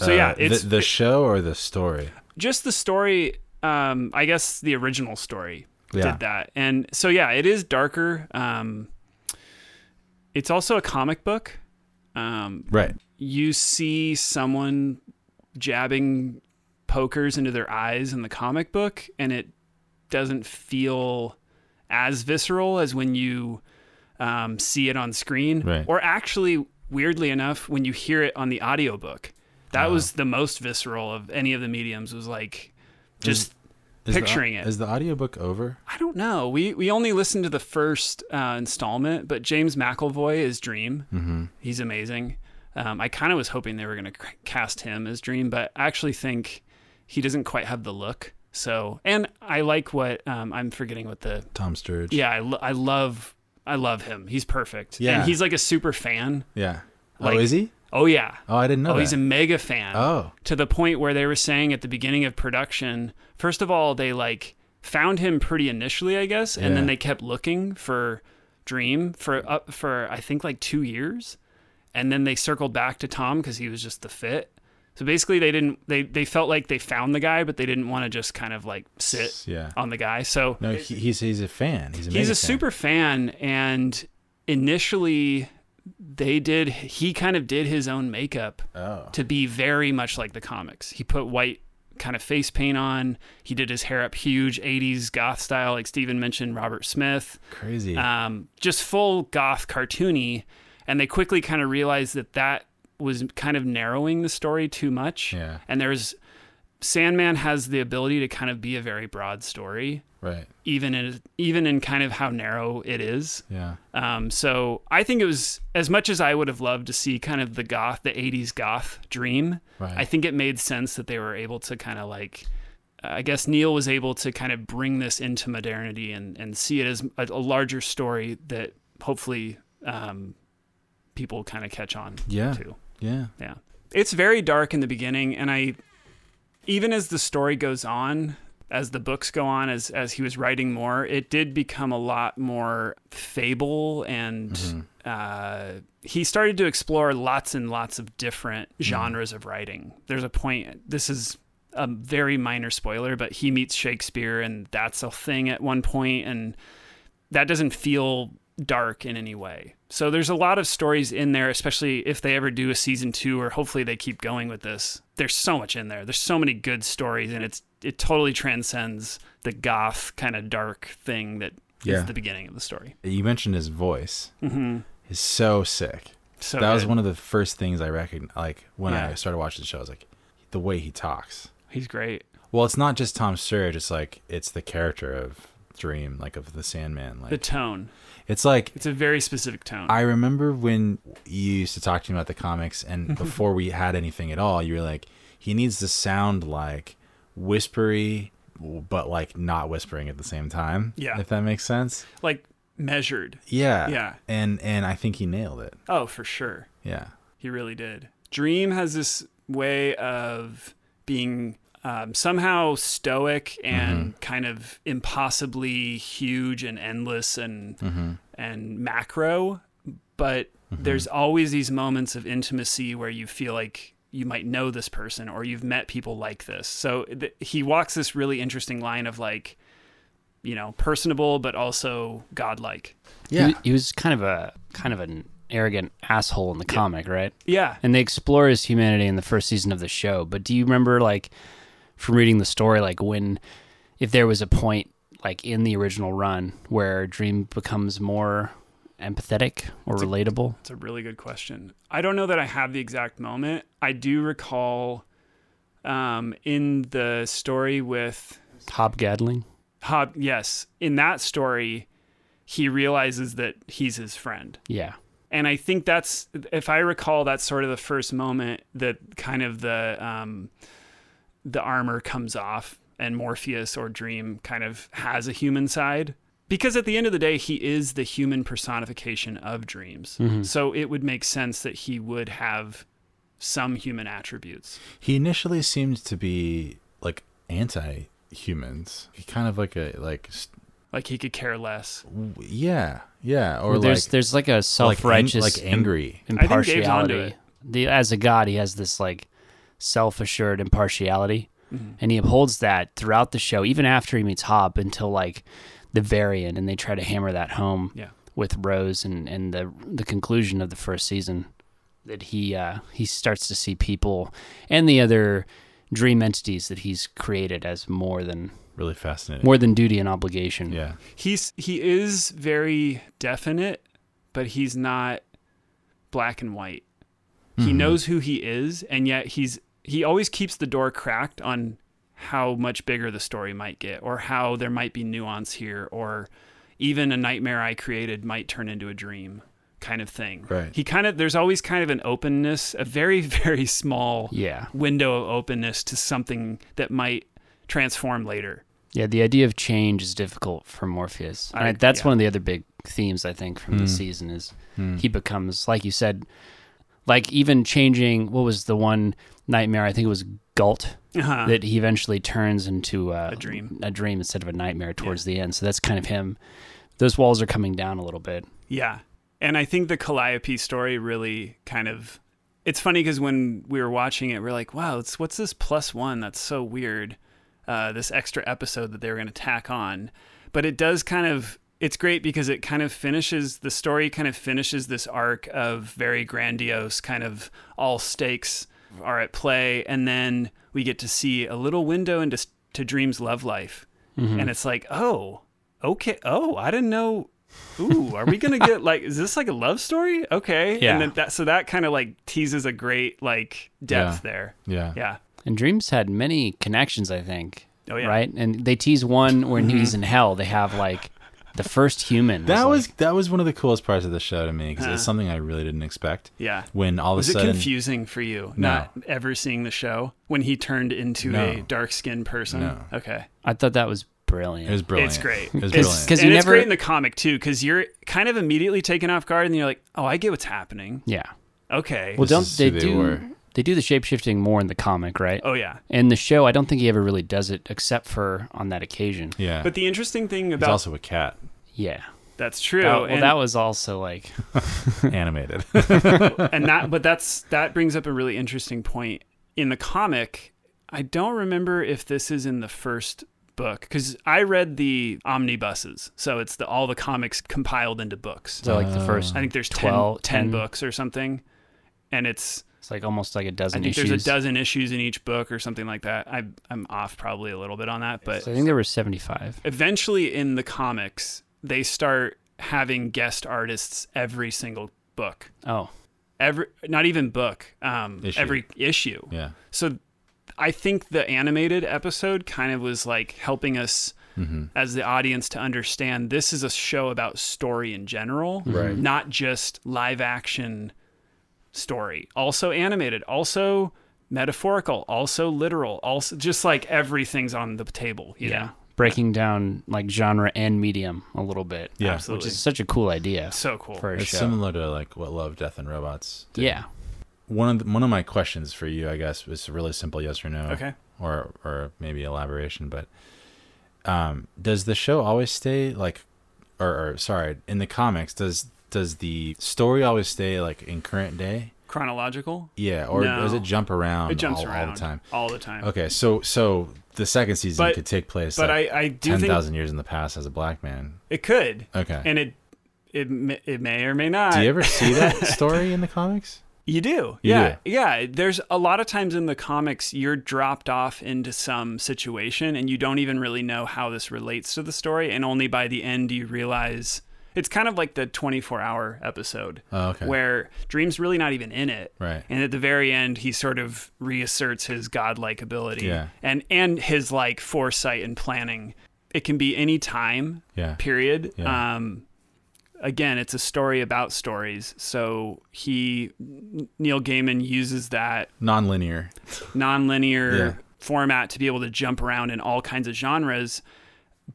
A: So, yeah,
C: the-
A: it's-
C: the, show or the story.
A: just the story um i guess the original story
C: Yeah.
A: did that and so yeah it is darker um it's also a comic book um
C: Right.
A: you see someone jabbing pokers into their eyes in the comic book and it doesn't feel as visceral as when you um, see it on screen
C: Right.
A: or actually weirdly enough when you hear it on the audiobook that was the most visceral of any of the mediums was like just
C: Is the-
A: Picturing it.
C: Is the audiobook over?
A: i don't know we we only listened to the first uh, installment but james mcavoy is dream mm-hmm. he's amazing um, i kind of was hoping they were going to c- cast him as dream but i actually think he doesn't quite have the look so and i like what um, i'm forgetting what the
C: Tom Sturge.
A: yeah I, lo- I love i love him he's perfect
C: Yeah.
A: and he's like a super fan
C: Yeah.
A: Like-
C: oh, is he?
A: oh yeah
C: Oh, I didn't know.
A: oh
C: that.
A: he's a mega fan
C: Oh.
A: to the point where they were saying at the beginning of production first of all they like found him pretty initially i guess and then
C: Yeah.
A: they kept looking for dream for up for i think like two years and then they circled back to tom because he was just the fit so basically they didn't they they felt like they found the guy but they didn't want to just kind of like sit
C: Yeah.
A: on the guy so
C: No, he, he's he's a fan. He's a
A: Oh, he's
C: mega
A: a super fan and initially they did he kind of did his own makeup
C: Fan. Oh,
A: to be very much like the comics he put white kind of face paint on he did his hair up huge 80s goth style like steven mentioned robert smith
C: crazy.
A: um, just full goth cartoony and they quickly kind of realized that that was kind of narrowing the story too much
C: Yeah.
A: and there's sandman has the ability to kind of be a very broad story
C: right.
A: even in even in kind of how narrow it is.
C: Yeah.
A: Um, so I think it was as much as I would have loved to see kind of the goth, the '80s goth dream.
C: Right.
A: I think it made sense that they were able to kind of like, uh, I guess Neil was able to kind of bring this into modernity and and see it as a, a larger story that hopefully um, people kind of catch on
C: Yeah.
A: to.
C: Yeah.
A: Yeah. It's very dark in the beginning and I even as the story goes on, as the books go on, as as he was writing more, it did become a lot more fable and uh, he started to explore lots and lots of different genres of writing. There's a point this is a very minor spoiler, but he meets Shakespeare and that's a thing at one point and that doesn't feel dark in any way. So there's a lot of stories in there, especially if they ever do a season two, or hopefully they keep going with this. There's so much in there. There's so many good stories, and it's it totally transcends the goth kind of dark thing that is
C: Yeah.
A: the beginning of the story.
C: You mentioned his voice.
A: Mm-hmm.
C: He's so sick.
A: So
C: that was
A: good.
C: one of the first things I recognized. Like when
A: Yeah.
C: I started watching the show, I was like, the way he talks.
A: He's great.
C: Well, it's not just Tom Sturridge. It's like it's the character of Dream, like of the Sandman. Like
A: The tone.
C: it's like
A: It's a very specific tone.
C: I remember when you used to talk to me about the comics, and before we had anything at all, you were like, he needs to sound like whispery, but like not whispering at the same time.
A: Yeah.
C: if that makes sense.
A: like measured.
C: Yeah,
A: Yeah.
C: and and I think he nailed it.
A: Oh, for sure.
C: Yeah,
A: He really did. Dream has this way of being um, somehow stoic and kind of impossibly huge and endless and and macro, but there's always these moments of intimacy where you feel like you might know this person or you've met people like this. So th- he walks this really interesting line of like, you know, personable but also godlike.
B: He- he, was kind of a kind of an arrogant asshole in the comic, right?
A: Yeah,
B: And they explore his humanity in the first season of the show. But do you remember, like, from reading the story, like when if there was a point like in the original run where Dream becomes more empathetic or relatable?
A: It's a really good question. I don't know that I have the exact moment. I do recall um, in the story with
B: Hobgadling.
A: Hob. Yes, in that story, he realizes that he's his friend,
B: Yeah.
A: and I think that's, if I recall, that's sort of the first moment that kind of the um, the armor comes off, and Morpheus or Dream kind of has a human side. Because at the end of the day, he is the human personification of dreams. So it would make sense that he would have some human attributes.
C: he initially seemed to be like anti-humans. He kind of like a like s-
A: Like he could care less.
C: w- yeah, yeah, or
B: Well, there's
C: like
B: there's like a
C: like,
B: self
C: ang-
B: righteous
C: like angry.
A: I think Gabe's onto
B: impartiality.
A: it.
B: The, as a god, he has this like self assured impartiality,
A: Mm-hmm.
B: and he upholds that throughout the show, even after he meets Hob until like the very end, and they try to hammer that home
A: Yeah.
B: with Rose and and the the conclusion of the first season that he uh, he starts to see people and the other dream entities that he's created as more than
C: Really fascinating.
B: more than duty and obligation.
C: yeah,
A: He's he is very definite, but he's not black and white. He knows who he is, and yet he's he always keeps the door cracked on how much bigger the story might get, or how there might be nuance here, or even a nightmare I created might turn into a dream kind of thing.
C: Right.
A: He kind of there's always kind of an openness, a very, very small
B: Yeah.
A: window of openness to something that might transform later.
B: Yeah, the idea of change is difficult for Morpheus.
A: I-
B: I, that's
A: yeah. Hmm.
B: one of the other big themes I think from this season is he becomes, like you said, like even changing. What was the one nightmare? I think it was Galt
A: Uh-huh.
B: that he eventually turns into uh,
A: A dream.
B: a dream instead of a nightmare towards the end. So that's kind of him. Those walls are coming down a little bit.
A: Yeah. And I think the Calliope story really kind of it's funny because when we were watching it, we're like, wow, it's what's this plus one? That's so weird. Uh, this extra episode that they were going to tack on. But it does kind of, it's great because it kind of finishes, the story kind of finishes this arc of very grandiose, kind of all stakes are at play. And then we get to see a little window into to Dream's love life. And it's like, oh, okay. Oh, I didn't know ooh, are we gonna get like is this like a love story? Okay.
B: Yeah.
A: And then that so that kind of like teases a great like depth there.
C: yeah,
A: Yeah.
B: And dreams had many connections, I think.
A: Oh, yeah.
B: Right, and they tease one when he's in hell. They have like the first human.
C: Mm-hmm. That
B: like-
C: was that was one of the coolest parts of the show to me because it's something I really didn't expect.
A: Uh-huh. Yeah.
C: When all of
A: Was
C: a
A: it
C: sudden,
A: confusing for you
C: No.
A: not ever seeing the show when he turned into
C: No.
A: a dark skinned person?
C: No.
A: Okay.
B: I thought that was brilliant.
C: It was brilliant.
A: It's great.
C: It was
A: It's,
C: brilliant.
B: Because
A: and
B: you
A: it's
B: never-
A: great in the comic too, because you're kind of immediately taken off guard, and you're like, "Oh, I get what's happening."
B: yeah.
A: Okay.
B: Well,
C: This
B: don't
C: is
B: they,
C: who they
B: do?
C: were.
B: They do the shape shifting more in the comic, right?
A: oh yeah.
B: In the show, I don't think he ever really does it, except for on that occasion.
C: Yeah.
A: But the interesting thing
C: He's
A: about
C: also a cat,
B: Yeah.
A: that's true,
B: That- well,
A: and,
B: that was also like,
C: animated.
A: and that, but that's that brings up a really interesting point in the comic. I don't remember if this is in the first book because I read the omnibuses, so it's the all the comics compiled into books.
B: so
C: Uh.
B: like the first.
A: I think there's 10,
B: 12,
A: 10
B: 10.
A: books or something, and it's
B: it's like almost like a
A: I
B: dozen
A: think
B: issues.
A: there's a dozen issues in each book or something like that. I, I'm off probably a little bit on that, but
B: So I think there were seventy-five.
A: eventually in the comics they start having guest artists every single book,
B: Oh,
A: every not even book, um,
C: Issue.
A: every issue.
C: yeah.
A: So I think the animated episode kind of was like helping us
C: Mm-hmm.
A: as the audience to understand this is a show about story in general,
C: Mm-hmm. Right.
A: not just live action story. Also animated, also metaphorical, also literal, also just like everything's on the table, you
B: yeah.
A: know?
B: Breaking down like genre and medium a little bit.
C: Yeah.
A: Absolutely.
B: Which is such a cool idea
A: so cool.
B: for a
C: It's
B: show.
C: similar to like what Love, Death, and Robots did.
B: Yeah.
C: One of the, one of my questions for you, I guess, was a really simple yes or no.
A: Okay.
C: Or or maybe elaboration, but um, does the show always stay like, or, or sorry, in the comics, does does the story always stay like in current day?
A: Chronological?
C: Yeah, or
A: No.
C: does it jump around?
A: It jumps
C: all,
A: around
C: all the time.
A: All the time.
C: Okay, so so the second season
A: But-
C: could take place
A: But
C: like
A: I, I do
C: ten
A: think
C: thousand years in the past as a black man.
A: it could.
C: Okay.
A: And it it, may- it may or may not.
C: Do you ever see that story in the comics?
A: You do.
C: You
A: yeah. Yeah. There's a lot of times in the comics you're dropped off into some situation and you don't even really know how this relates to the story. And only by the end do you realize it's kind of like the 24 hour episode
C: Oh, okay.
A: where Dream's really not even in it.
C: Right.
A: And at the very end, he sort of reasserts his godlike ability
C: Yeah.
A: and, and his like foresight and planning. It can be any time
C: Yeah.
A: period.
C: Yeah.
A: Um, again, it's a story about stories. So he, Neil Gaiman, uses that
C: Non-linear.
A: nonlinear
C: Yeah.
A: format to be able to jump around in all kinds of genres.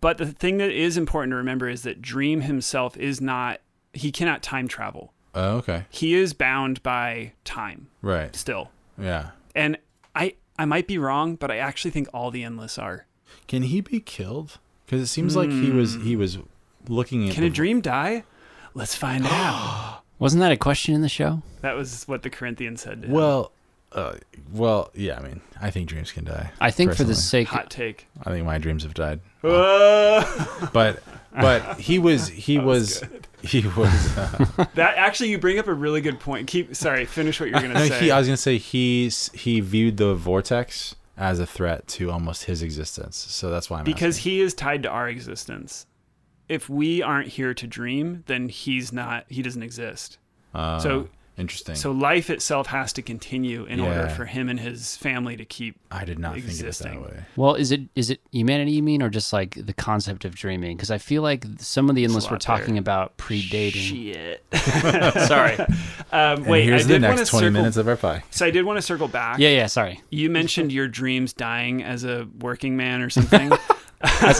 A: But the thing that is important to remember is that Dream himself is not, he cannot time travel.
C: Oh, okay.
A: He is bound by time
C: Right.
A: still.
C: Yeah.
A: And I, I might be wrong, but I actually think all the endless are.
C: Can he be killed? Because it seems like he was he was looking at.
A: Hmm. Can
C: the-
A: a dream die? Let's find out.
B: Wasn't that a question in the show?
A: That was what the Corinthians said to him.
C: Well, uh, well, yeah. I mean, I think dreams can die.
B: I think for the
C: personally.
B: sake
A: Hot take.
C: I think my dreams have died.
A: that
C: But but he was he was, he was. Uh,
A: actually, you bring up a really good point. Keep sorry, finish what you're
C: no,
A: gonna say.
C: he. I was gonna say he's he viewed the vortex as a threat to almost his existence. So that's why I'm
A: because
C: asking.
A: he is tied to our existence. If we aren't here to dream, then he's not. He doesn't exist.
C: Uh,
A: so-
C: interesting.
A: So life itself has to continue in order
C: Yeah.
A: for him and his family to keep.
C: I did not think
A: existing.
C: of it that way.
B: Well, is it is it humanity you mean, or just like the concept of dreaming? Because I feel like some of the endless we're
A: lot there.
B: talking about predating.
A: Shit. sorry. Um,
C: And
A: wait, I
C: here's the
A: did want to
C: next twenty
A: circle.
C: minutes of our pie.
A: So I did want to circle back.
B: Yeah, yeah. Sorry,
A: You mentioned your dreams dying as a working man or something,
B: as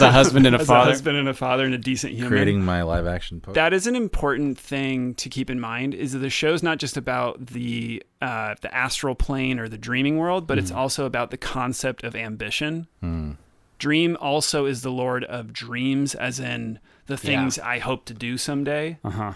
B: a husband and a
A: as a
B: father.
A: husband and a father and a decent human.
C: Creating my live action post.
A: that is an important thing to keep in mind is that the show's not just about the uh, the astral plane or the dreaming world but it's
C: Hmm.
A: also about the concept of ambition dream also is the lord of dreams as in the things i hope to do someday
B: Uh huh.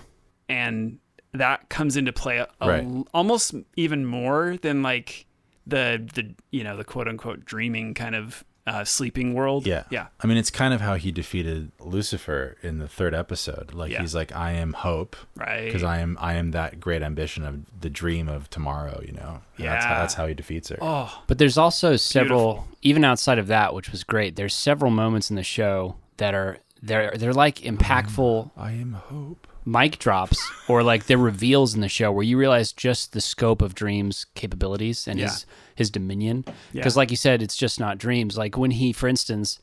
A: and that comes into play a, a
C: Right.
A: l- almost even more than like the the you know the quote unquote dreaming kind of uh, sleeping world
C: Yeah.
A: yeah
C: I mean, it's kind of how he defeated Lucifer in the third episode. Like
A: Yeah.
C: he's like, I am hope
A: right
C: because I am I am that great ambition of the dream of tomorrow. You know. And That's how,
A: Yeah.
C: that's how he defeats her.
A: oh
B: But there's also several, even outside of that, which was great. There's several moments in the show that are they're they're like impactful
C: I am hope.
B: mic drops or like the reveals in the show where you realize just the scope of Dream's capabilities and his his dominion. Because like you said, it's just not dreams. Like when he, for instance,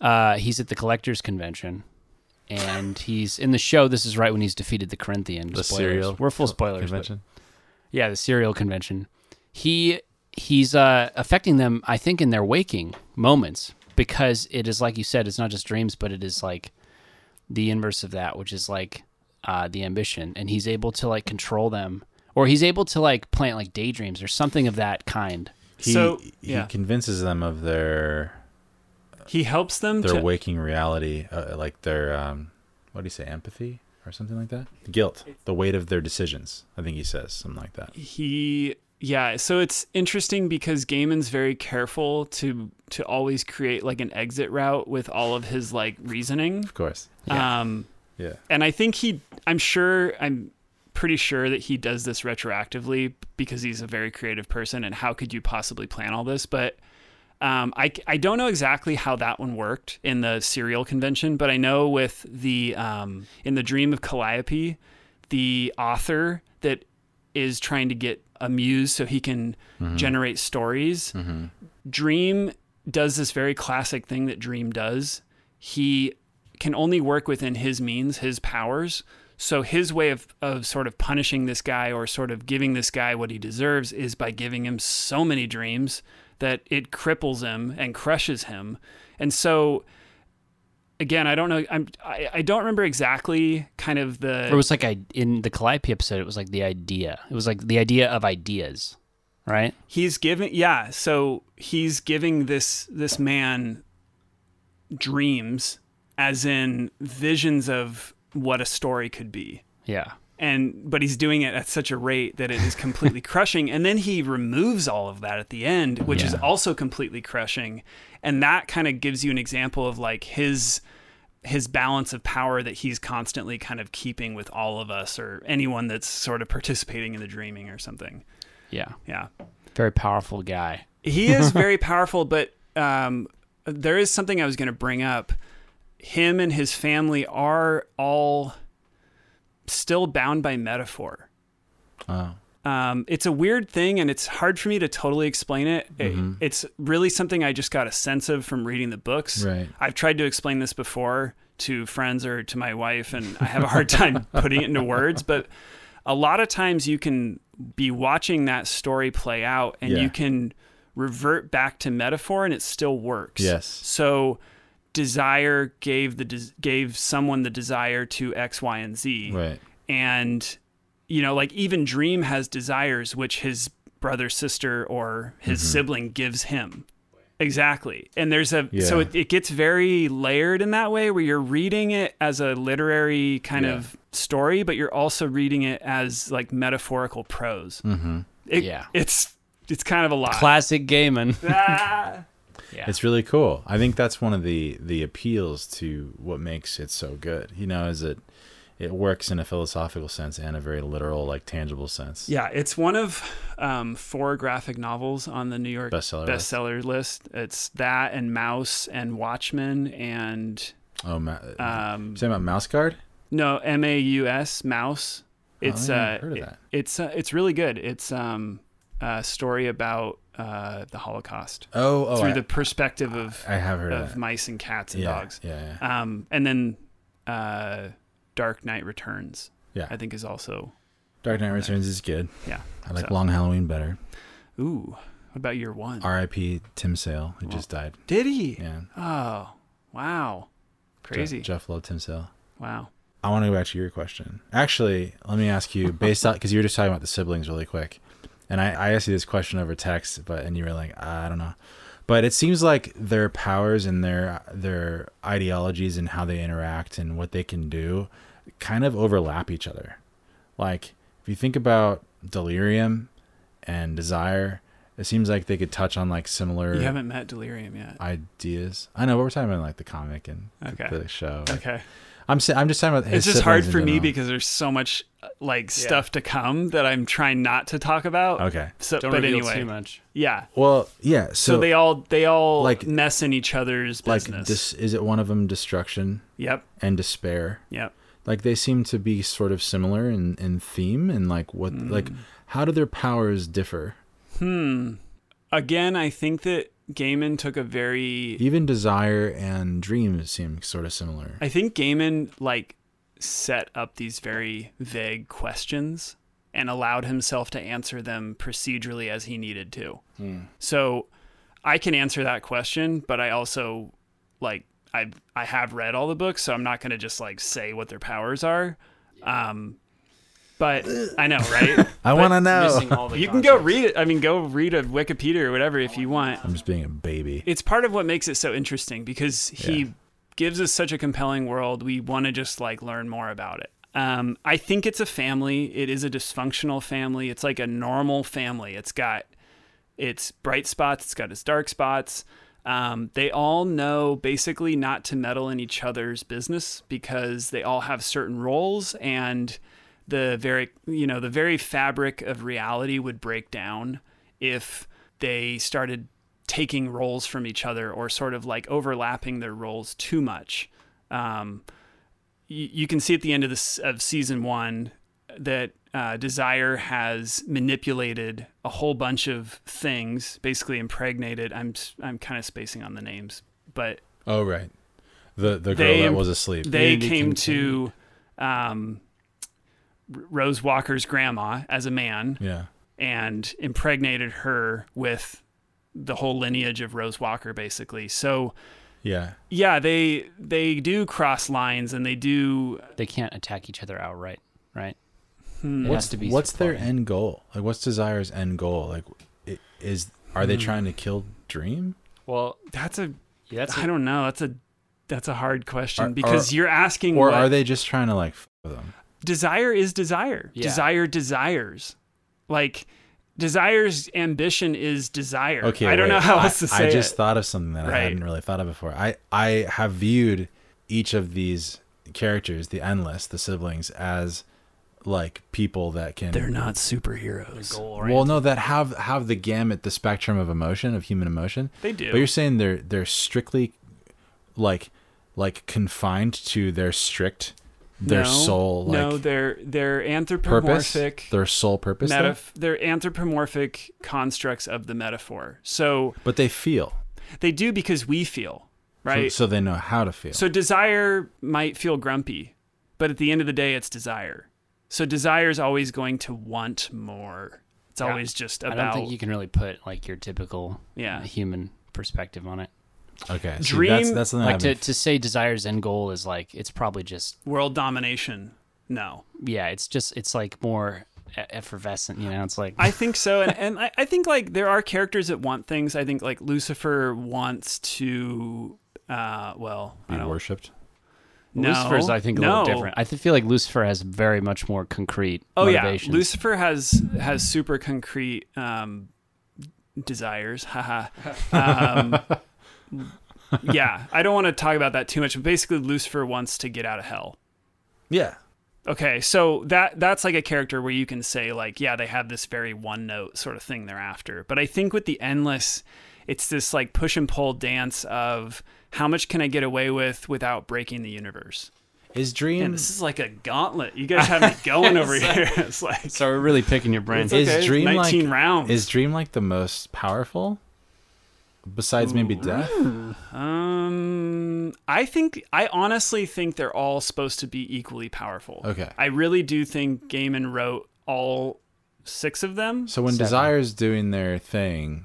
B: uh, he's at the collectors convention. And he's in the show. This is right when he's defeated the Corinthians.
C: The
B: Spoilers.
C: serial
B: We're full spoilers. but-
C: Convention.
B: yeah, the serial convention. He he's uh, affecting them, I think, in their waking moments. because it is like you said, it's not just dreams, but it is like the inverse of that, which is like uh, the ambition, and he's able to like control them, or he's able to like plant like daydreams or something of that kind.
C: He,
A: So,
C: he
A: yeah.
C: convinces them of their
A: He helps them
C: their
A: to
C: waking reality, uh, like their um, what do you say, empathy or something like that? Guilt, the weight of their decisions. I think he says something like that.
A: he yeah so it's interesting because gaiman's very careful to to always create like an exit route with all of his like reasoning
C: Of course.
A: um
C: Yeah.
A: and i think he i'm sure i'm pretty sure that he does this retroactively because he's a very creative person and how could you possibly plan all this but um, I, I don't know exactly how that one worked in the serial convention, but I know with the um, in the Dream of Calliope, the author that is trying to get a muse so he can generate stories. Dream does this very classic thing that Dream does. He can only work within his means, his powers. So his way of, of sort of punishing this guy or sort of giving this guy what he deserves is by giving him so many dreams that it cripples him and crushes him. And so again, I don't know I'm I, I don't remember exactly kind of the
B: Or it was like I in the Calliope episode, it was like the idea. It was like the idea of ideas, right?
A: he's giving yeah so he's giving this this man dreams as in visions of what a story could be
B: Yeah.
A: and but he's doing it at such a rate that it is completely crushing and then he removes all of that at the end which is
C: Yeah.
A: also completely crushing and that kind of gives you an example of like his his balance of power that he's constantly kind of keeping with all of us or anyone that's sort of participating in the dreaming or something
B: Yeah.
A: yeah
B: Very powerful guy.
A: he is very powerful, but um, there is something I was going to bring up. Him and his family are all still bound by metaphor.
C: Oh.
A: Um, it's a weird thing, and it's hard for me to totally explain it. It-
C: Mm-hmm.
A: It's really something I just got a sense of from reading the books.
C: Right.
A: I've tried to explain this before to friends or to my wife, and I have a hard time putting it into words. But a lot of times you can be watching that story play out and
C: Yeah.
A: you can revert back to metaphor and it still works.
C: Yes.
A: So desire gave the des- gave someone the desire to X, Y, and Z
C: Right.
A: and you know like even dream has desires which his brother sister or his
C: Mm-hmm.
A: sibling gives him exactly and there's a so
C: Yeah.
A: it, it gets very layered in that way where you're reading it as a literary kind
C: Yeah.
A: of story but you're also reading it as like metaphorical prose mm-hmm.
B: Yeah.
A: it's it's kind of a lot
B: Classic Gaiman.
A: Ah.
C: It's really cool. I think that's one of the the appeals to what makes it so good. You know, is it it works in a philosophical sense and a very literal, like tangible sense.
A: yeah it's one of um, four graphic novels on the new york
C: Bestseller list.
A: bestseller list it's that and mouse and watchmen and
C: Oh, ma-
A: um,
C: saying about Mouse Guard.
A: No, M A U S mouse. It's
C: I
A: uh,
C: haven't Oh, heard of
A: it-
C: that.
A: it's uh, it's really good. It's um a story about uh the Holocaust
C: Oh, oh,
A: through
C: I,
A: the perspective of
C: I have heard of,
A: of
C: that.
A: mice and cats and
C: yeah,
A: dogs.
C: Yeah, yeah.
A: Um, and then uh, Dark Knight Returns.
C: Yeah.
A: I think is also
C: Dark Knight Returns is good.
A: Uh, yeah.
C: I like
A: So-
C: Long Halloween better.
A: Ooh, what about year one?
C: R.I.P. Tim Sale, who just died.
A: Did he?
C: Yeah,
A: Oh, wow, crazy.
C: Jeff, Jeff loved Tim Sale.
A: Wow.
C: I want to go back to your question. Actually, let me ask you based on because you were just talking about the siblings really quick, and I, I asked you this question over text, but and you were like, I don't know, but it seems like their powers and their their ideologies and how they interact and what they can do kind of overlap each other. Like if you think about delirium and desire, it seems like they could touch on like similar
A: You haven't met Delirium yet.
C: ideas. I know, but we're talking about like the comic and the-
A: Okay.
C: the show.
A: Okay.
C: I'm sa- I'm just talking about. his
A: it's just hard
C: siblings in
A: for me
C: general.
A: because there's so much uh, like stuff to come that I'm trying not to talk about.
C: Okay.
A: So,
B: Don't
A: but
B: reveal
A: anyway,
B: too much.
A: yeah.
C: Well, yeah. So,
A: So, they all they all
C: like-
A: like mess in each other's
C: like
A: business.
C: this is it one of them destruction
A: yep.
C: and despair.
A: Yep.
C: Like they seem to be sort of similar in in theme and like what like
A: Hmm.
C: how do their powers differ?
A: Again, I think that Gaiman took a very.
C: Even desire and dreams seem sort of similar.
A: I think Gaiman like set up these very vague questions Hmm. and allowed himself to answer them procedurally as he needed to. So I can answer that question, but I also like I I have read all the books, so I'm not gonna just like say what their powers are. Um, but I know, right?
C: I want to know.
B: Missing all the
A: you can go read it. I mean, go read a Wikipedia or whatever if you want.
C: I'm just being a baby.
A: It's part of what makes it so interesting because he gives us such a compelling world. We want to just like learn more about it. Um, I think it's a family. It is a dysfunctional family. It's like a normal family. It's got its bright spots. It's got its dark spots. Um, they all know basically not to meddle in each other's business because they all have certain roles and the very you know the very fabric of reality would break down if they started taking roles from each other or sort of like overlapping their roles too much. Um, you, you can see at the end of this of season one that uh, Desire has manipulated a whole bunch of things, basically impregnated. I'm s- I'm kind of spacing on the names, but
C: Oh right, the the girl
A: They
C: that
A: im-
C: was asleep.
A: they
D: Andy
A: came to um, R- Rose Walker's grandma as a man
C: yeah.
A: and impregnated her with the whole lineage of Rose Walker, basically. So
C: Yeah.
A: yeah, they they do cross lines and they do
B: They can't attack each other outright, right?
A: hmm,
B: It has to be
C: what's their
B: supplied.
C: end goal? Like, what's Desire's end goal? Like, i- is are
A: Hmm.
C: they trying to kill Dream?
B: Well,
A: that's a
B: yeah, that's
A: I don't know. That's a that's a hard question
C: Are-
A: because
C: are-
A: you're asking
C: Or
A: what
C: are they just trying to like f- with them?
A: desire is desire.
B: Yeah.
A: Desire desires. Like desire's ambition is desire.
C: Okay,
A: I don't know
C: wait.
A: how
C: I-
A: else to say
C: I just
A: it.
C: thought of something that I
A: Right.
C: hadn't really thought of before. I I have viewed each of these characters, the endless, the siblings, as like people that can
A: They're not superheroes.
B: goal
C: well, no, that have have the gamut, the spectrum of emotion of human emotion.
A: They do.
C: But you're saying they're they're strictly like like confined to their strict their
A: no,
C: soul like
A: no, they're they're
C: purpose,
A: anthropomorphic.
C: their sole purpose. though?
A: Metaf- they're anthropomorphic constructs of the metaphor. So
C: but they feel.
A: they do because we feel,
C: So-
A: right?
C: So, they know how to feel.
A: So desire might feel grumpy, but at the end of the day, it's desire. So desire is always going to want more. It's
B: Yeah.
A: always just
B: I don't
A: about
B: think you can really put like your typical
A: Yeah.
B: uh, human perspective on it.
C: okay. see,
A: Dream-
C: that's, that's something
B: Like
C: I
B: to, to say desire's end goal is like it's probably just
A: world domination. No,
B: yeah, it's just it's like more e- effervescent, you know. It's like
A: I think so, and, and I, I think like there are characters that want things. I think like Lucifer wants to. Uh, well, I
C: be
A: don't,
C: worshipped.
A: no,
B: Lucifer's I think a
A: no.
B: little different. I th- feel like Lucifer has very much more concrete
A: Oh
B: motivations.
A: yeah, Lucifer has has super concrete um, desires. Haha. Um, yeah, I don't want to talk about that too much. But basically, Lucifer wants to get out of hell.
C: Yeah.
A: Okay, so that that's like a character where you can say like, yeah, they have this very one note sort of thing they're after. But I think with the endless, it's this like push and pull dance of how much can I get away with without breaking the universe.
C: Is Dream
A: And this is like a gauntlet. You guys have me going over here. It's like
B: So we're really picking your brains.
A: It's okay.
C: is Dream
A: 19
C: like
A: rounds.
C: is Dream like the most powerful? Besides maybe death?
A: Um, I think I honestly think they're all supposed to be equally powerful.
C: Okay.
A: I really do think Gaiman wrote all six of them.
C: So when
B: Seven.
C: Desire's doing their thing,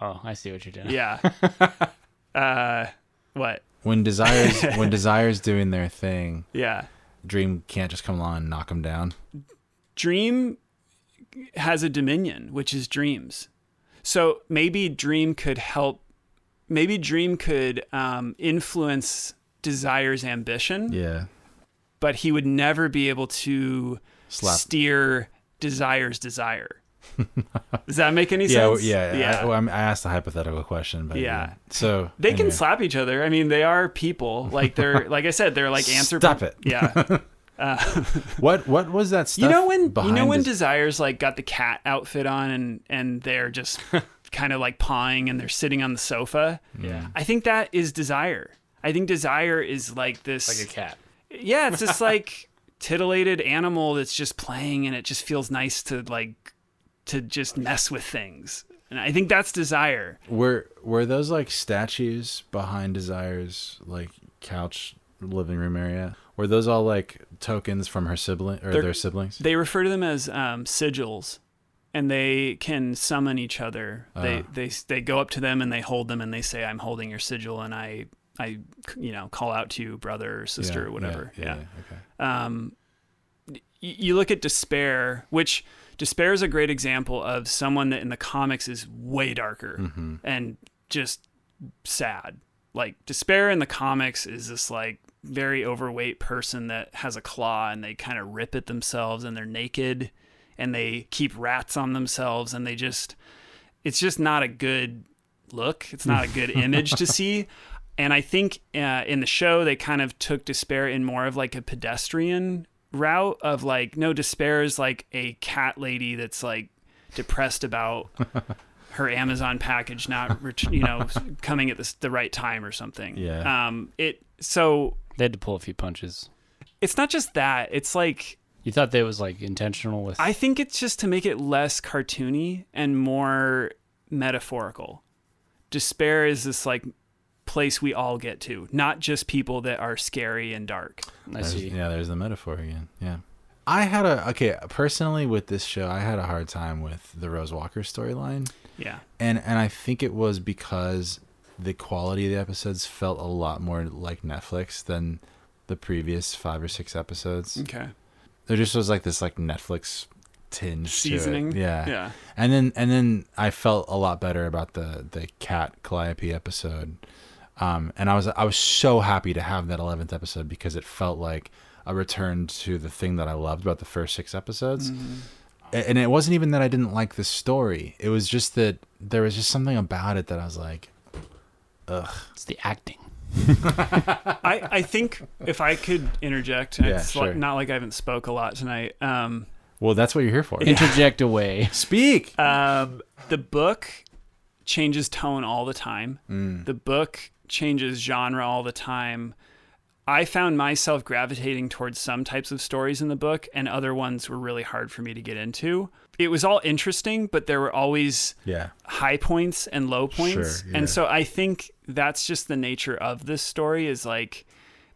B: Oh, I see what you're doing.
A: Yeah. uh, what?
C: when Desire's when Desire's doing their thing,
A: Yeah.
C: Dream can't just come along and knock him down.
A: Dream has a dominion, which is dreams. So maybe Dream could help. Maybe Dream could um, influence Desire's ambition,
C: Yeah.
A: but he would never be able to
C: Slap.
A: steer desires desire. Does that make any
C: yeah,
A: sense?
C: w- yeah,
A: yeah.
C: I, well, I'm- I asked a hypothetical question, but
A: Yeah.
C: So
A: they can
C: anyway.
A: slap each other. I mean, they are people. Like they're, like I said, they're like anthropo.
C: Stop it.
A: Yeah.
C: What what was that stuff?
A: you know when you
C: behind
A: know when
C: his-
A: desires like got the cat outfit on and and they're just kind of like pawing and they're sitting on the sofa.
B: Yeah.
A: I think that is desire. I think desire is like this.
B: Like a cat.
A: yeah, it's this like titillated animal that's just playing and it just feels nice to like to just mess with things. And I think that's desire.
C: were were those like statues behind Desire's like couch living room area? Were those all like tokens from her sibling or
A: They're-
C: their siblings?
A: They refer to them as um, sigils. and they can summon each other.
C: Ah.
A: They they they go up to them and they hold them and they say, "I'm holding your sigil," and I I you know call out to you, brother or sister
C: Yeah,
A: or whatever.
C: Yeah, yeah, Okay.
A: um, y- you look at despair which despair is a great example of someone that in the comics is way darker and just sad like despair in the comics is this like very overweight person that has a claw and they kind of rip at themselves and they're naked and they keep rats on themselves and they just it's just not a good look. It's not a good image to see. And I think uh, in the show, they kind of took despair in more of like a pedestrian route of like, no, despair is like a cat lady that's like depressed about her Amazon package not, ret- you know, coming at this, the right time or something.
C: Yeah.
A: Um, it so
B: They had to pull a few punches.
A: it's not just that. It's like
B: You thought that was like intentional with
A: I think it's just to make it less cartoony and more metaphorical. Despair is this like place we all get to, not just people that are scary and dark.
B: I
C: There's-
B: see.
C: Yeah, there's the metaphor again. Yeah. I had a okay personally with this show. I had a hard time with the Rose Walker storyline,
A: Yeah.
C: and and I think it was because the quality of the episodes felt a lot more like Netflix than the previous five or six episodes.
A: Okay.
C: There just was like this like Netflix tinge
A: Seasoning.
C: To it. Yeah.
A: Yeah.
C: And then and then I felt a lot better about the the cat Calliope episode. Um, and I was I was so happy to have that eleventh episode because it felt like a return to the thing that I loved about the first six episodes. A- And it wasn't even that I didn't like the story. It was just that there was just something about it that I was like,
B: It's the acting.
A: I, I think if I could interject,
C: Yeah,
A: it's li-
C: sure.
A: not like I haven't spoke a lot tonight. Um,
C: well, that's what you're here for.
B: Interject away.
C: Speak.
A: um, the book changes tone all the time. The book changes genre all the time. I found myself gravitating towards some types of stories in the book, and other ones were really hard for me to get into. It was all interesting, but there were always
C: yeah.
A: high points and low points.
C: Sure, yeah.
A: And so I think that's just the nature of this story is like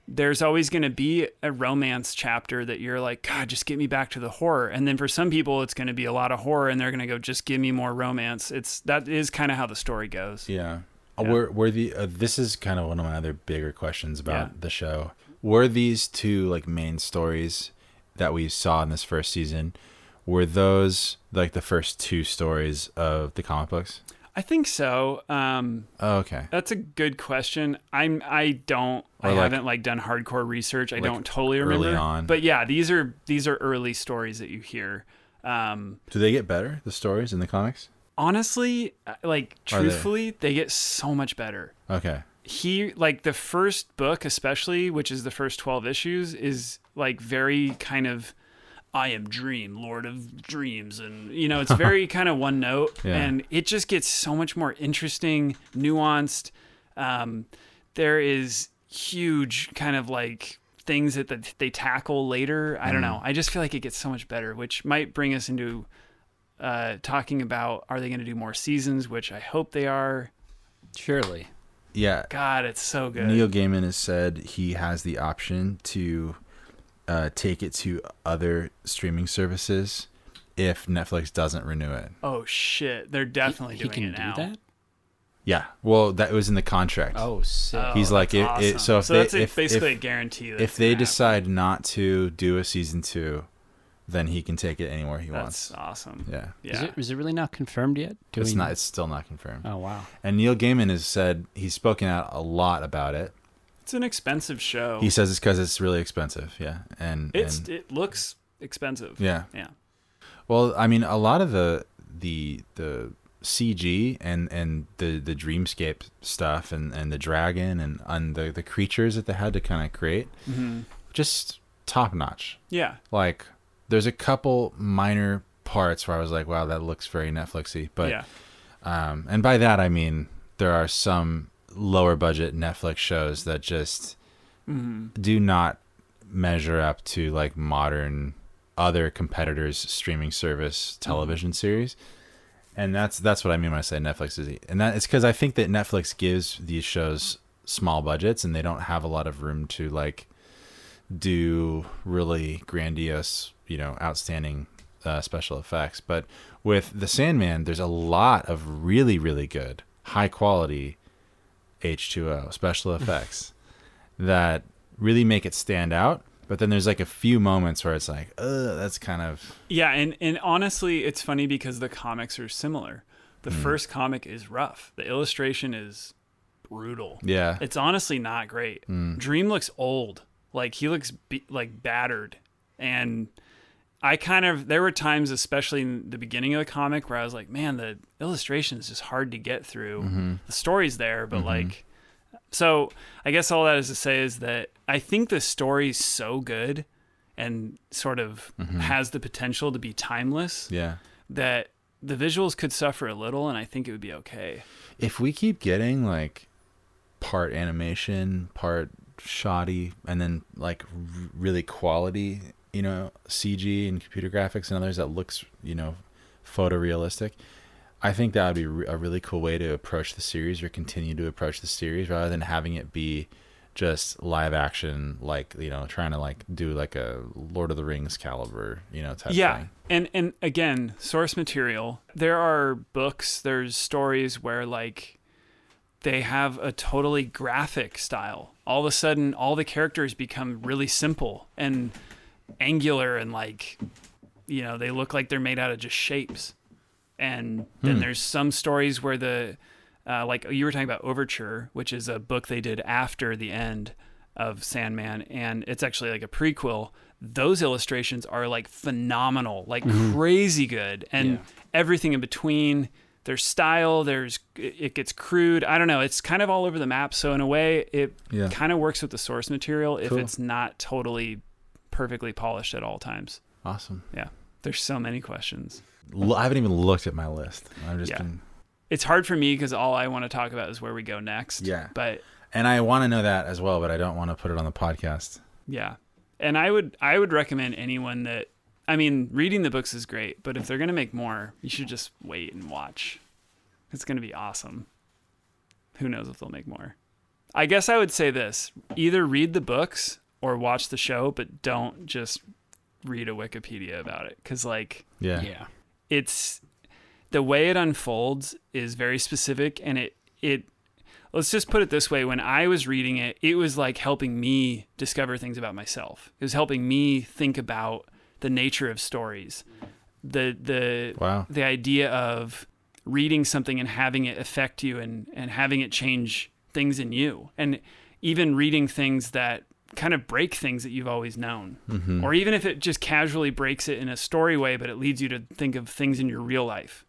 A: there's always going to be a romance chapter that you're like, God, just get me back to the horror. And then for some people, it's going to be a lot of horror and they're going to go, just give me more romance. It's that is kind of how the story goes.
C: Yeah. Uh, Were were the uh, this is kind of one of my other bigger questions about
A: Yeah.
C: the show. Were these two like main stories that we saw in this first season? Were those like the first two stories of the comic books?
A: I think so. Um,
C: Oh, okay.
A: that's a good question. I'm, I don't, I
C: Or, like-
A: haven't like done hardcore research. I don't totally
C: early
A: remember.
C: on.
A: But yeah, these are, these are early stories that you hear. Um,
C: Do they get better the stories in the comics?
A: honestly, uh, like
C: Are they-
A: truthfully, they? get so much better.
C: Okay.
A: He like the first book, especially, which is the first twelve issues, is like very kind of I am Dream, Lord of Dreams, and you know, it's very kind of one note,
C: Yeah.
A: and it just gets so much more interesting, nuanced. Um, there is huge kind of like things that that they tackle later. I don't
C: Mm.
A: know. I just feel like it gets so much better, which might bring us into uh, talking about are they going to do more seasons, which I hope they are.
B: Surely.
C: Yeah.
A: God, it's so good.
C: Neil Gaiman has said he has the option to uh, take it to other streaming services if Netflix doesn't renew it.
A: oh shit, they're definitely
B: he
A: doing
B: can
A: it now.
B: do that?
C: Yeah. Well, that was in the contract.
B: Oh, sick.
A: Oh,
C: He's like,
A: that's
C: it- it- so if they-
A: that's a-
C: if-
A: basically
C: if-
A: a guarantee. That's
C: if they
A: gonna happen.
C: decide not to do a season two, then he can take it anywhere he
A: that's
C: wants.
A: awesome.
C: Yeah.
B: Is,
A: Yeah.
B: it, is it really not confirmed yet? Do
C: It's
B: we-
C: not. It's still not confirmed.
B: Oh, wow.
C: And Neil Gaiman has said he's spoken out a lot about it.
A: It's an expensive show.
C: He says it's because it's really expensive. Yeah, and
A: Oh. it's
C: and,
A: it looks expensive.
C: yeah.
A: Yeah.
C: Well, I mean, a lot of the the the CG and and the the dreamscape stuff and and the dragon and and the the creatures that they had to kind of create, just top notch.
A: Mm-hmm. Yeah.
C: like there's a couple minor parts where I was like, wow, that looks very Netflixy. But
A: yeah.
C: um, and by that I mean there are some lower budget Netflix shows that just
A: Mm-hmm.
C: do not measure up to like modern other competitors streaming service television series. And that's that's what I mean when I say Netflix is and that it's cuz I think that Netflix gives these shows small budgets and they don't have a lot of room to like do really grandiose, you know, outstanding uh, uh, special effects. But with The Sandman, there's a lot of really, really good, high quality H2O special effects that really make it stand out. But then there's like a few moments where it's like, ugh, that's kind of
A: Yeah, and, and honestly, it's funny because the comics are similar. The
C: Mm.
A: first comic is rough. The illustration is brutal.
C: yeah,
A: It's honestly not great. Dream looks old. Like he looks be- like battered. And I kind of there were times especially in the beginning of the comic where I was like, man, the illustration is just hard to get through. The story's there, but like so I guess all that is to say is that I think the story's so good and sort of has the potential to be timeless
C: yeah.
A: that the visuals could suffer a little and I think it would be okay.
C: if we keep getting like part animation, part shoddy, and then like r- really quality, you know, CG and computer graphics and others that looks, you know, photorealistic, I think that would be re- a really cool way to approach the series or continue to approach the series rather than having it be just live action, like, you know, trying to like do like a Lord of the Rings caliber, you know, type
A: yeah
C: thing.
A: and and again source material there are books there's stories where like they have a totally graphic style all of a sudden all the characters become really simple and angular and like you know they look like they're made out of just shapes and then
C: Hmm.
A: there's some stories where the uh, like you were talking about overture which is a book they did after the end of sandman and it's actually like a prequel those illustrations are like phenomenal like
C: Mm-hmm.
A: crazy good and everything in between there's style there's it it gets crude i don't know it's kind of all over the map so in a way it
C: Yeah.
A: kind of works with the source material if
C: Cool.
A: it's not totally perfectly polished at all times
C: Awesome.
A: yeah there's so many questions
C: L- I haven't even looked at my list. I've just
A: Yeah.
C: been
A: it's hard for me because all I want to talk about is where we go next.
C: Yeah.
A: But
C: And I want to know that as well, but I don't want to put it on the podcast.
A: yeah, and I would I would recommend anyone that I mean, reading the books is great, but if they're gonna make more, you should just wait and watch. It's gonna be awesome. Who knows if they'll make more? I guess I would say this: either read the books or watch the show, but don't just read a Wikipedia about it because like
C: Yeah.
B: Yeah.
A: it's the way it unfolds is very specific and it it let's just put it this way when i was reading it it was like helping me discover things about myself it was helping me think about the nature of stories the the
C: Wow.
A: the idea of reading something and having it affect you and and having it change things in you and even reading things that kind of break things that you've always known or even if it just casually breaks it in a story way but it leads you to think of things in your real life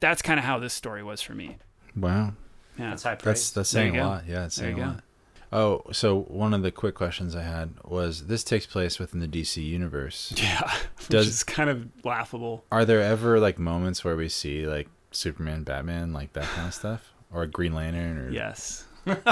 A: that's kind of how this story was for me
C: Wow.
A: yeah
B: That's high
C: That's
B: praise.
C: that's
A: There you
C: saying a
A: go.
C: lot. Yeah, it's
A: There you
C: saying a lot. Oh, so one of the quick questions I had was this takes place within the DC universe.
A: yeah
C: Does-
A: which is kind of laughable
C: Are there ever like moments where we see like Superman, Batman, like that kind of stuff? Or Green Lantern or
A: yes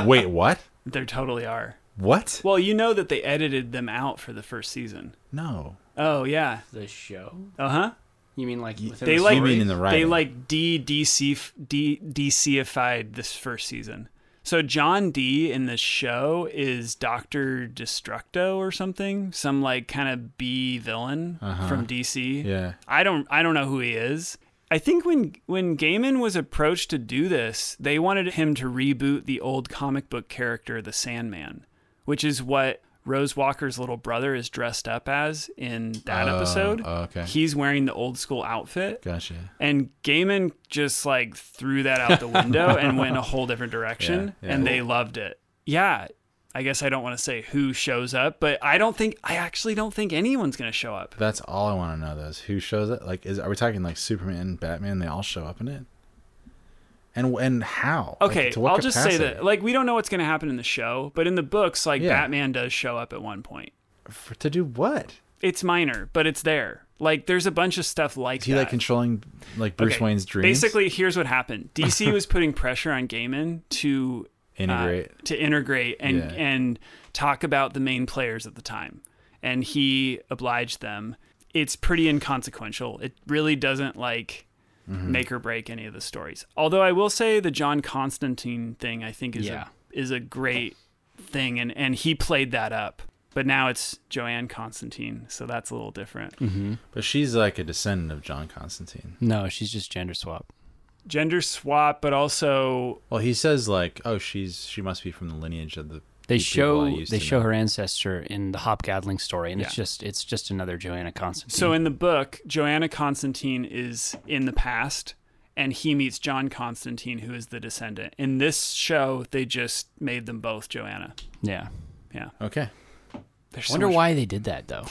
C: Wait, what?
A: there totally are
C: What?
A: well you know that they edited them out for the first season
C: No.
A: oh yeah
B: the show?
A: uh-huh
B: You mean like within
A: they
B: the
A: like
C: You
B: story?
C: mean in the
A: they
C: writing.
A: like de DC de DCified this first season. So John D in the show is Doctor Destructo or something, some like kind of B villain from DC.
C: Uh-huh. Yeah.
A: I don't I don't know who he is. I think when when Gaiman was approached to do this, they wanted him to reboot the old comic book character, the Sandman, which is what Rose Walker's little brother is dressed up as in that
C: Oh,
A: episode.
C: oh, okay.
A: He's wearing the old school outfit.
C: Gotcha.
A: And Gaiman just like threw that out the window and went a whole different direction,
C: Yeah, yeah.
A: and they loved it. Yeah, I guess I don't want to say who shows up, but I don't think I actually don't think anyone's gonna show up.
C: That's all I want to know. Though, is who shows up? Like, is are we talking like Superman, Batman? They all show up in it. And and how? Like,
A: Okay,
C: to what
A: I'll just say
C: capacity?
A: that like we don't know what's gonna happen in the show, but in the books, like
C: Yeah.
A: Batman does show up at one point.
C: For, to do what?
A: It's minor, but it's there. Like there's a bunch of stuff like
C: Is he
A: that.
C: like controlling like Bruce
A: Okay,
C: Wayne's dreams?
A: Basically, here's what happened: DC was putting pressure on Gaiman to
C: integrate.
A: uh, to integrate and
C: Yeah.
A: and talk about the main players at the time and he obliged them it's pretty inconsequential it really doesn't like
B: Mm-hmm.
A: make or break any of the stories although i will say the john constantine thing i think is
B: Yeah.
A: a, is a great thing and and he played that up But now it's Joanne Constantine, so that's a little different.
B: Mm-hmm.
C: But she's like a descendant of John Constantine.
B: No, she's just gender swap.
A: Gender swap, but also
C: Well, he says like, oh, she's she must be from the lineage of the.
B: They
C: few people I
B: show
C: used
B: they
C: to
B: show
C: know.
B: her ancestor in the Hopgadling story, and it's
A: Yeah.
B: just it's just another Joanna Constantine.
A: so in the book, Joanna Constantine is in the past and he meets John Constantine who is the descendant. In this show, they just made them both Joanna.
B: yeah,
C: Okay,
A: There's
B: I
A: so
B: wonder
A: much-
B: why they did that though.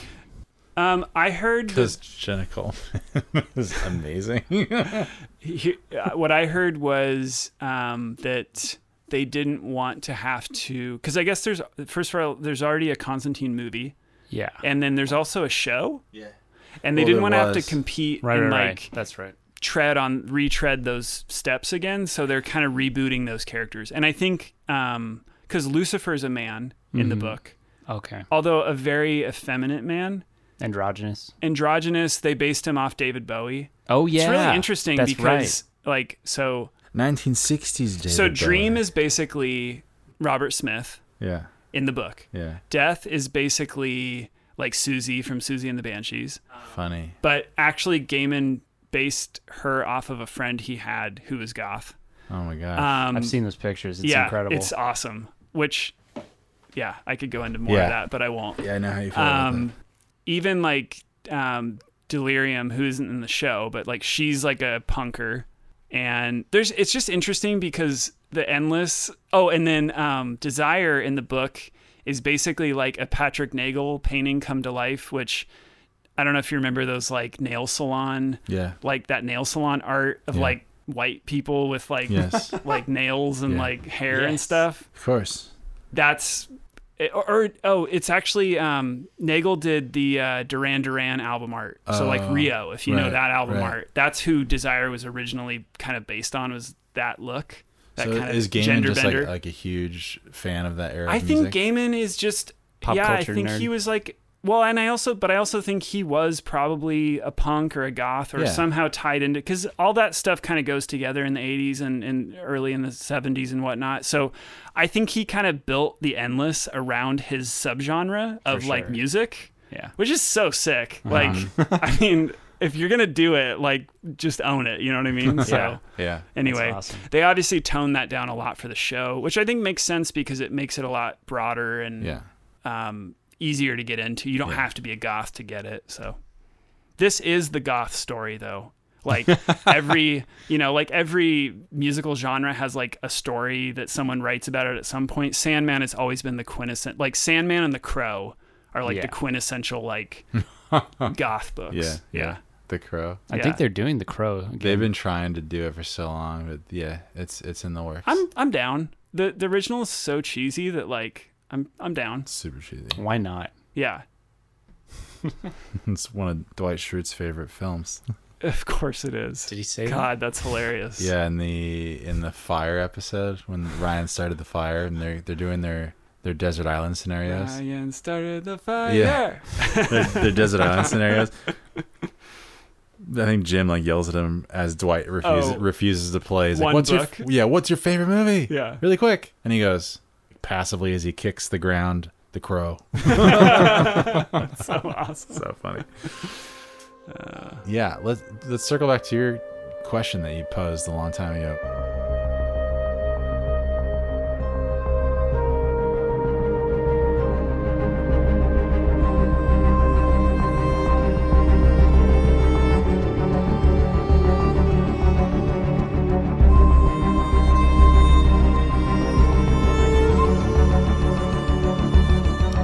A: Um I heard the
C: because Jenna Coleman is amazing.
A: he, uh, what I heard was um, that they didn't want to have to because I guess there's first of all there's already a Constantine movie
B: Yeah,
A: and then there's also a show
C: yeah.
A: and they
C: Well,
A: didn't
C: there
A: want to have to
C: was.
A: compete
B: right,
A: and
B: right,
A: like
B: right. That's right.
A: tread on retread those steps again so they're kind of rebooting those characters and I think um because Lucifer is a man in the
B: Mhm.
A: book
B: Okay,
A: although a very effeminate man
B: androgynous.
A: androgynous they based him off David Bowie
B: Oh yeah,
A: it's really interesting
B: That's
A: because like so
C: 1960s. David
A: So Dream
C: Bowie.
A: is basically Robert Smith
C: Yeah,
A: in the book.
C: yeah.
A: Death is basically like Susie from Susie and the Banshees.
C: Funny.
A: But actually Gaiman based her off of a friend he had who was goth.
C: Oh my gosh.
A: Um
B: I've seen those pictures. It's
A: yeah,
B: incredible.
A: It's awesome. Which yeah, I could go into more
C: Yeah.
A: of that, but I won't.
C: yeah, I know how you feel. about
A: Um even like um Delirium who isn't in the show, but like she's like a punker and there's it's just interesting because the endless oh and then um desire in the book is basically like a patrick nagel painting come to life which i don't know if you remember those like nail salon
C: that. Yeah.
A: like that nail salon art of
C: Yeah.
A: like white people with like
C: Yes. of
A: like nails and
C: Yeah.
A: like hair and
B: Yes.
A: stuff
C: course.
A: that's or, or oh it's actually um nagel did the uh duran duran album art so like
C: Oh,
A: rio if you know
C: right,
A: that album
C: right.
A: art that's who desire was originally kind of based on was that look that
C: so
A: kind
C: is
A: of
C: Gaiman
A: gender
C: just
A: bender
C: like, like a huge fan of that era?
A: i
C: of
A: think
C: music?
A: gaiman is just
B: Pop
A: yeah i
B: culture
A: think
B: nerd.
A: he was like well and i also but i also think he was probably a punk or a goth or
C: Yeah.
A: somehow tied into because all that stuff kind of goes together in the 80s and, and early in the 70s and whatnot so i think he kind of built the endless around his subgenre of like
B: sure.
A: music
B: yeah. Uh-huh.
A: which is so sick like i mean if you're gonna do it like just own it you know what i mean so
B: Yeah.
C: Yeah.
A: Anyway,
B: awesome.
A: they obviously toned that down a lot for the show, which I think makes sense because it makes it a lot broader and
C: Yeah.
A: um, easier to get into. You don't
C: Yeah.
A: have to be a goth to get it. So this is the goth story, though. Like every, you know, like every musical genre has like a story that someone writes about it at some point. Sandman has always been the quintessential. Like Sandman and the Crow are like
B: Yeah.
A: the quintessential like goth books.
C: Yeah.
A: yeah.
C: The Crow.
B: I
A: yeah.
B: think they're doing the crow. Again.
C: They've been trying to do it for so long, but yeah, it's it's in the works.
A: I'm I'm down. The the original is so cheesy that like I'm I'm down.
C: super cheesy.
B: Why not?
A: Yeah.
C: It's one of Dwight Schrute's favorite films.
A: Of course it is.
B: Did he say that?
A: God, that's hilarious.
C: Yeah, in the in the fire episode when Ryan started the fire and they're they're doing their their desert island scenarios.
A: Ryan started the fire.
C: Yeah. their, their desert island scenarios. I think Jim like yells at him as Dwight refuses
A: Oh.
C: refuses to play. He's
A: One
C: like, "What's
A: book.
C: your f- yeah? What's your favorite movie?
A: Yeah.
C: really quick." And he goes passively as he kicks the ground. The crow.
A: so awesome. Uh,
C: so funny. yeah, let's let's circle back to your question that you posed a long time ago.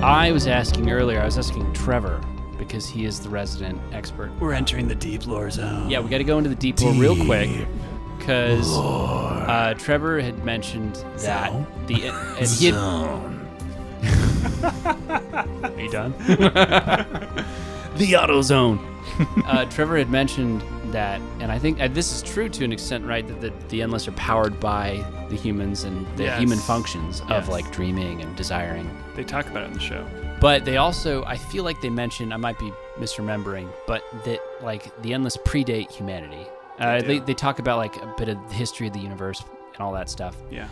B: I was asking earlier. I was asking Trevor because he is the resident expert.
A: We're entering the deep lore zone.
B: Yeah, we got to go into the deep lore real quick because uh, Trevor had mentioned that the and he had, Are you done? the AutoZone. uh, Trevor had mentioned that, and I think uh, this is true to an extent, right? That the, the endless are powered by the humans and the
A: Yes.
B: human functions of
A: Yes.
B: like dreaming and desiring.
A: They talk about it in the show.
B: But they also, I feel like they mentioned, I might be misremembering, but that like the endless predate humanity. Uh,
A: do.
B: they, they talk about like a bit of the history of the universe and all that stuff.
A: Yeah.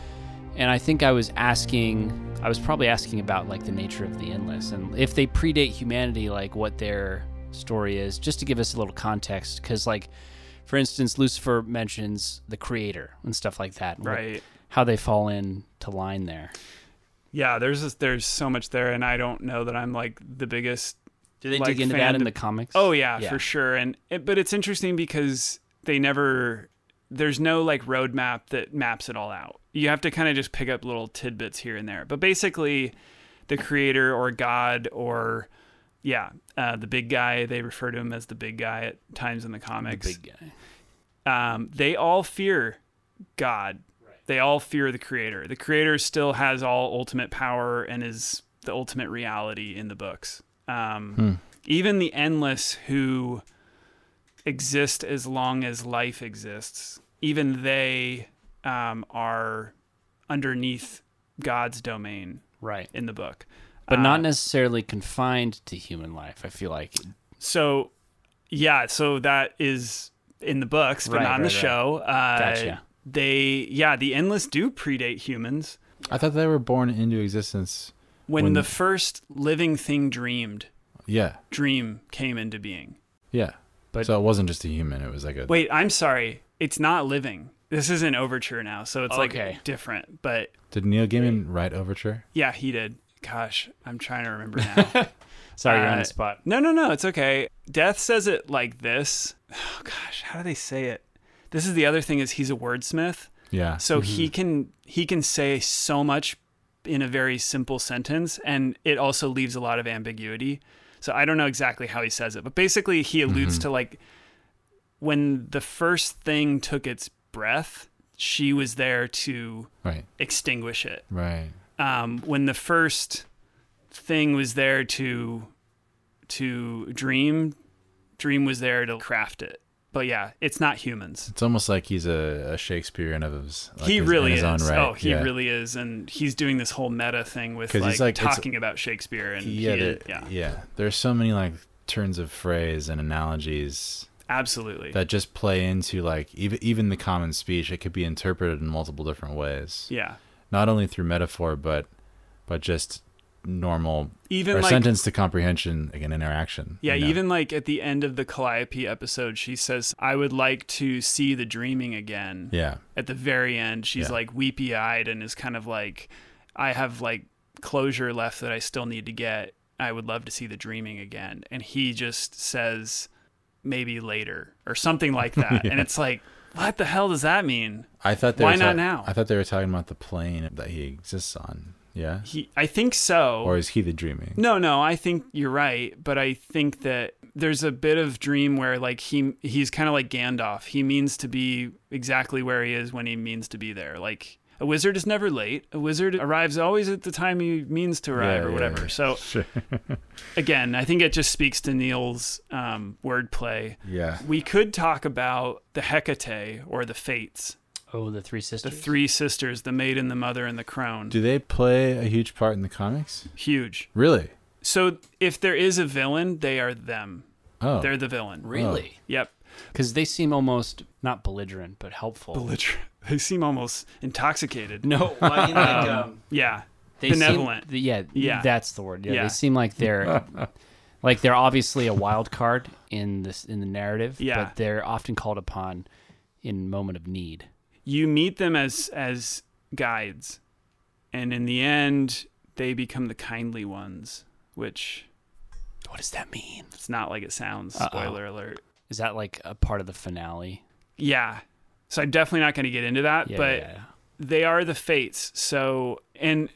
B: and I think I was asking, I was probably asking about like the nature of the endless and if they predate humanity, like what their story is, just to give us a little context. Because, like, for instance, Lucifer mentions the creator and stuff like that, and what-
A: Right.
B: how they fall into line there.
A: Yeah, there's just, there's so much there, and I don't know that I'm like the biggest.
B: Do they
A: Like
B: dig into that
A: fan-
B: in the comics?
A: Oh yeah,
B: Yeah.
A: for sure. And it, but it's interesting because they never there's no like roadmap that maps it all out. You have to kind of just pick up little tidbits here and there. But basically, the creator or God or yeah, uh, the big guy. They refer to him as the big guy at times in the
B: the
A: comics.
B: big guy.
A: um, they all fear God. They all fear the Creator. The Creator still has all ultimate power and is the ultimate reality in the books. Um, Even the endless who exist as long as life exists, even they um, are underneath God's domain
B: Right.
A: in the book.
B: But not necessarily confined to human life, I feel like.
A: So, yeah, so that is in the books, but
B: Right,
A: not in
B: right,
A: the
B: right.
A: show. Uh,
B: Gotcha.
A: They, yeah, the endless do predate humans.
C: I thought they were born into existence.
A: When,
C: When-
A: the first living thing dreamed,
C: Yeah,
A: dream came into being.
C: yeah.
B: But-
C: so it wasn't just a human. It was like a
A: Wait, I'm sorry, it's not living. This is an overture now, so it's
B: Okay.
A: like different. But
C: Did Neil Gaiman write Overture?
A: yeah, he did. Gosh, I'm trying to remember now.
B: Sorry, you're on
A: Uh,
B: the spot.
A: No, no, no. It's okay. Death says it like this. Oh gosh, how do they say it? This is the other thing is he's a wordsmith.
C: Yeah.
A: So he can he can say so much in a very simple sentence and it also leaves a lot of ambiguity. So I don't know exactly how he says it, but basically he alludes to like when the first thing took its breath, she was there to
C: Right.
A: extinguish it.
C: Right.
A: Um, when the first thing was there to to dream, dream was there to craft it. But yeah, it's not humans
C: It's almost like he's a, a Shakespearean of his. Like
A: he
C: his- in
A: really
C: his
A: is.
C: Own right.
A: Oh, he
C: yeah.
A: really is, and he's doing this whole meta thing with
C: 'Cause
A: like,
C: he's like- it's-
A: talking about Shakespeare and
C: Yeah,
A: he-
C: there-
A: yeah,
C: yeah. There's so many like turns of phrase and analogies
A: absolutely.
C: that just play into like even even the common speech. It could be interpreted in multiple different ways.
A: yeah,
C: Not only through metaphor, but but just normal
A: even
C: or
A: like
C: sentence to comprehension, like an interaction.
A: yeah,
C: you know?
A: even like at the end of the Calliope episode, she says, "I would like to see the dreaming again."
C: yeah.
A: At the very end, she's
C: Yeah.
A: like weepy eyed and is kind of like, "I have like closure left that I still need to get. I would love to see the dreaming again." And he just says, "Maybe later" or something like that, and it's like. What the hell does that mean?
C: I thought they
A: Why
C: were
A: not
C: ta-
A: now?
C: I thought they were talking about the plane that he exists on. Yeah.
A: He, I think so.
C: Or is he the dreaming?
A: no, no, I think you're right, but I think that there's a bit of dream where like he he's kind of like Gandalf. He means to be exactly where he is when he means to be there. Like a wizard is never late. A wizard arrives always at the time he means to arrive
C: Yeah,
A: or
C: yeah,
A: whatever.
C: yeah.
A: So again, I think it just speaks to Neil's um, wordplay.
C: Yeah.
A: We could talk about the Hecate or the Fates,
B: Oh, the three
A: the
B: sisters.
A: three sisters, the maiden, the mother, and the crone.
C: Do they play a huge part in the comics?
A: Huge.
C: Really?
A: So if there is a villain, they are them.
C: Oh.
A: They're the villain.
B: really?
A: Yep.
B: Because they seem almost not belligerent, but helpful.
A: Belligerent. They seem almost intoxicated.
B: Oh. no, well, I mean, like, um,
A: Yeah.
B: they seem-
A: benevolent.
B: th- yeah,
A: Yeah.
B: that's the word. Yeah,
A: Yeah.
B: they seem like they're like they're obviously a wild card in this in the narrative.
A: Yeah.
B: but they're often called upon in moment of need.
A: You meet them as as guides, and in the end, they become the kindly ones, which
B: What does that mean?
A: it's not like it sounds.
B: Uh-oh.
A: Spoiler alert.
B: Is that like a part of the finale?
A: Yeah. So I'm definitely not going to get into that,
B: Yeah,
A: but
B: yeah, yeah.
A: they are the fates. So, and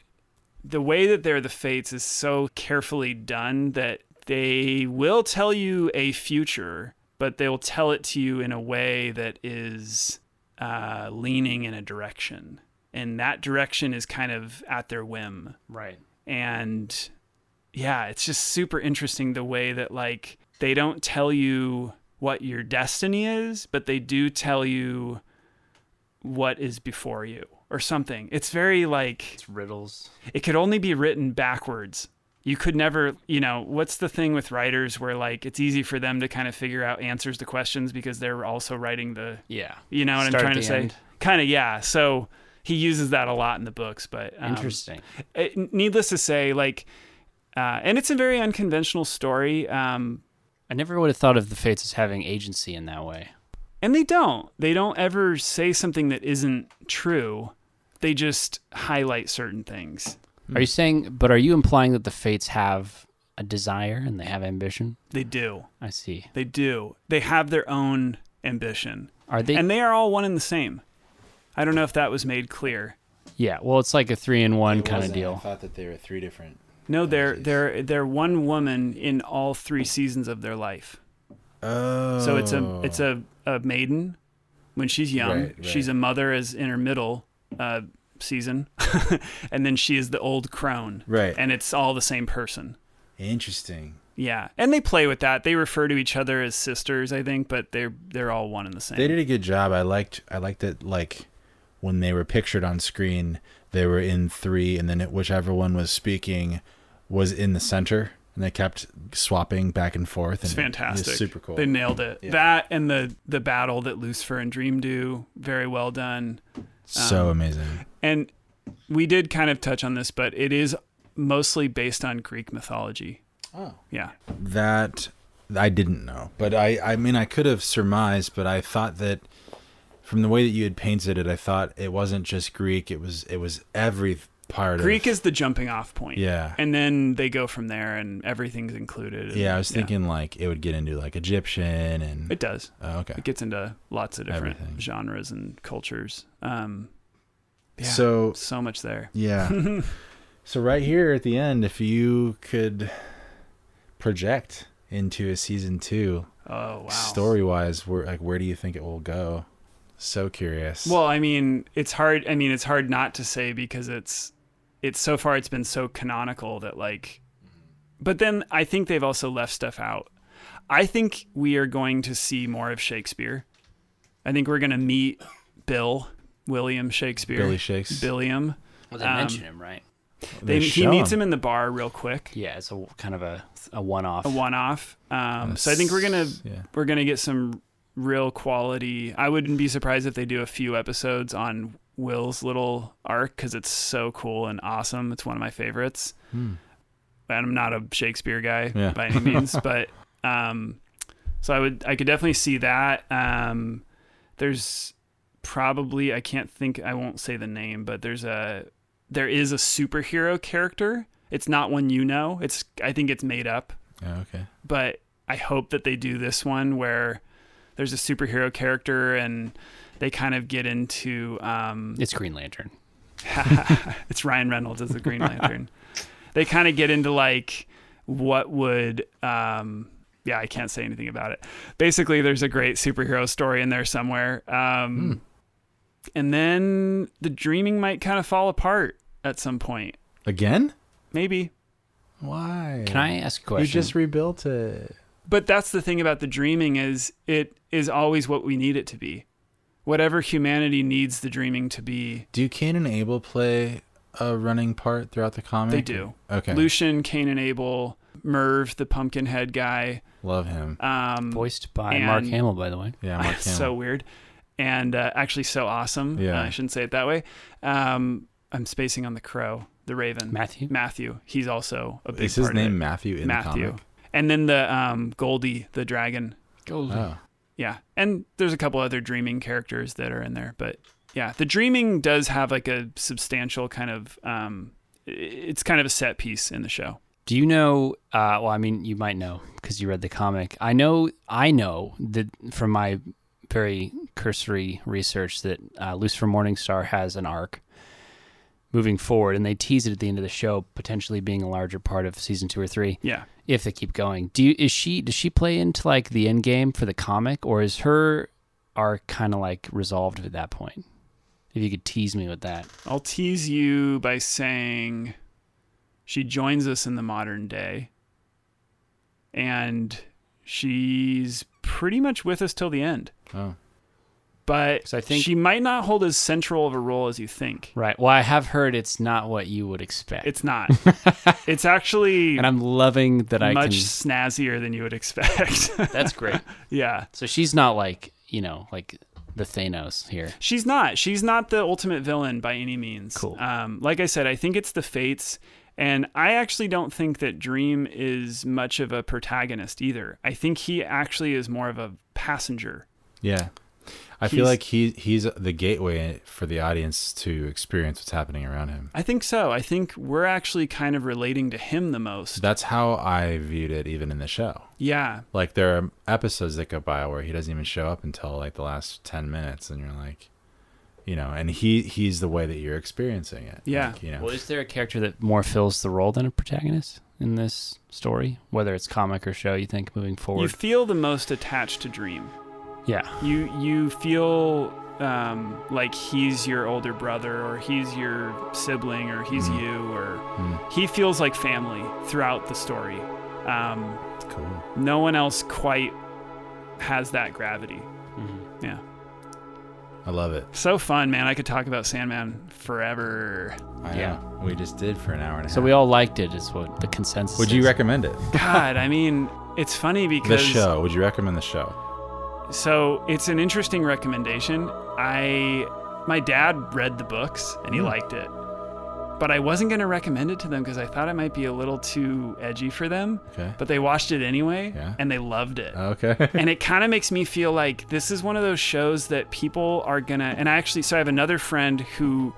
A: the way that they're the fates is so carefully done that they will tell you a future, but they'll tell it to you in a way that is uh, leaning in a direction. And that direction is kind of at their whim
B: right.
A: and yeah it's just super interesting the way that like they don't tell you what your destiny is but they do tell you what is before you or something it's very like
B: It's riddles.
A: it could only be written backwards you could never you know what's the thing with writers where like it's easy for them to kind of figure out answers to questions because they're also writing the
B: Yeah.
A: you know what
B: Start
A: i'm trying
B: at
A: to
B: the
A: say
B: end.
A: kind of yeah so he uses that a lot in the books. But um,
B: Interesting.
A: it- needless to say, like, uh, and it's a very unconventional story. Um,
B: I never would have thought of the Fates as having agency in that way.
A: and they don't. They don't ever say something that isn't true. They just highlight certain things.
B: Are you saying, but are you implying that the Fates have a desire and they have ambition?
A: They do.
B: I see.
A: They do. They have their own ambition,
B: Are they?
A: and they are all one and the same. I don't know if that was made clear.
B: yeah. Well, it's like a three in one
C: It uh,
B: kind of
C: wasn't. I
B: deal.
C: thought that they were three different.
A: No, they're
C: geez.
A: they're they're one woman in all three seasons of their life.
C: Oh,
A: So it's a it's a, a maiden when she's young.
C: Right, right.
A: She's a mother as in her middle uh, season, and then she is the old crone.
C: Oh. Right.
A: and it's all the same person.
C: interesting.
A: Yeah, and they play with that. They refer to each other as sisters, I think, but they're they're all one and the same.
C: They did a good job. I liked I liked it like when they were pictured on screen, they were in three, and then it, whichever one was speaking was in the center, and they kept swapping back and forth.
A: It's
C: and it-
A: fantastic.
C: It's super cool.
A: They nailed it.
C: Yeah.
A: That and the the battle that Lucifer and Dream do very well done. um,
C: so amazing.
A: And we did kind of touch on this, but it is mostly based on Greek mythology.
C: Oh.
A: Yeah.
C: That I didn't know, but I I mean I could have surmised, but I thought that from the way that you had painted it, I thought it wasn't just Greek. It was it was every part
A: Greek
C: of
A: is the jumping off point.
C: Yeah.
A: And then they go from there and everything's included.
C: yeah. I was thinking like it would get into like Egyptian and
A: It does.
C: oh, okay.
A: It gets into lots of different
C: Everything.
A: genres and cultures. Um, yeah,
C: So
A: so much there.
C: Yeah. so right here at the end, if you could project into a season two,
A: Oh wow.
C: story wise, where like where do you think it will go? So curious.
A: Well, I mean, it's hard. I mean, it's hard not to say because it's, it's so far it's been so canonical that like, but then I think they've also left stuff out. I think we are going to see more of Shakespeare. I think we're going to meet Bill William Shakespeare.
C: Billy Shakes.
A: Billiam.
B: Well, they
A: Um,
B: mention him, right?
A: They, he meets him in the bar real quick,
B: Yeah, it's a kind of a a one off.
A: a one off. Um, so I think we're gonna
C: Yeah.
A: we're gonna get some real quality. I wouldn't be surprised if they do a few episodes on Will's little arc because it's so cool and awesome. It's one of my favorites.
C: Hmm.
A: And I'm not a Shakespeare guy
C: Yeah.
A: by any means, but um, so I would I could definitely see that. Um, there's probably I can't think I won't say the name, but there's a there is a superhero character. It's not one you know. It's I think it's made up
C: Oh, okay.
A: but I hope that they do this one where there's a superhero character and they kind of get into um,
B: It's Green Lantern.
A: it's Ryan Reynolds as the Green Lantern. they kind of get into like what would um, yeah I can't say anything about it. Basically, there's a great superhero story in there somewhere, um, and then the dreaming might kind of fall apart at some point.
C: Again?
A: Maybe
C: Why?
B: Can I ask a
C: You
B: question?
C: just rebuilt it.
A: but that's the thing about the dreaming is it is always what we need it to be whatever humanity needs the dreaming to be
C: Do Cain and Abel play a running part throughout the comic?
A: they do
C: Okay.
A: lucian cain and abel merv the pumpkin head guy
C: Love him.
A: um
B: voiced by Mark
A: And-
B: Hamill, by the way.
C: Yeah, Mark Hamill.
A: so weird and uh, actually so awesome
C: Yeah.
A: Uh, i shouldn't say it that way um i'm spacing on the crow the raven
B: Matthew.
A: matthew he's also a big
C: Is his
A: part of
C: name
A: it.
C: Matthew in
A: matthew
C: the comic?
A: and then the um goldie the dragon
C: Oh.
A: yeah and there's a couple other dreaming characters that are in there but yeah the dreaming does have like a substantial kind of um i- it's kind of a set piece in the show
B: Do you know? Uh, well, I mean, you might know because you read the comic. I know. I know that from my very cursory research that uh, Lucifer Morningstar has an arc moving forward, and they tease it at the end of the show, potentially being a larger part of season two or three
A: yeah
B: if they keep going. Do you, is she does she play into like the end game for the comic, or is her arc kind of like resolved at that point? If you could tease me with that,
A: i'll tease you by saying she joins us in the modern day and she's pretty much with us till the end
C: Oh.
A: but
B: 'Cause I think-
A: she might not hold as central of a role as you think
B: right? Well, I have heard it's not what you would expect.
A: it's not it's actually
B: and I'm loving that I
A: much
B: can.
A: snazzier than you would expect
B: That's great.
A: yeah
B: So she's not like you know like the Thanos here.
A: She's not. She's not the ultimate villain by any means.
B: Cool.
A: Um, like I said, I think it's the fates. And I actually don't think that Dream is much of a protagonist either. I think he actually is more of a passenger.
C: Yeah. I feel
A: He's-
C: like he he's the gateway for the audience to experience what's happening around him.
A: I think so. I think we're actually kind of relating to him the most.
C: That's how I viewed it even in the show.
A: Yeah.
C: Like there are episodes that go by where he doesn't even show up until like the last 10 minutes and you're like you know, and he he's the way that you're experiencing it.
A: Yeah.
C: Like, you know.
B: Well, is there a character that more fills the role than a protagonist in this story, whether it's comic or show? You think moving
A: You
B: forward?
A: feel the most attached to Dream.
B: yeah,
A: You you feel um, like he's your older brother or he's your sibling or he's
C: Mhm.
A: you or
C: Mm,
A: he feels like family throughout the story. Um,
C: cool.
A: no one else quite has that gravity. Yeah.
C: I love it.
A: So fun, man. I could talk about Sandman forever.
C: I
B: Yeah.
C: know. We just did for an hour and a half.
B: So we all liked it, is what the consensus.
C: Would you
B: is.
C: recommend it?
A: God, I mean, it's funny because
C: The show. Would you recommend the show?
A: So it's an interesting recommendation. I my dad read the books and he
C: Hmm.
A: liked it. But I wasn't going to recommend it to them because I thought it might be a little too edgy for them.
C: Okay.
A: But they watched it anyway
C: Yeah.
A: and they loved it.
C: Okay.
A: and it kind of makes me feel like this is one of those shows that people are gonna and i actually so i have another friend who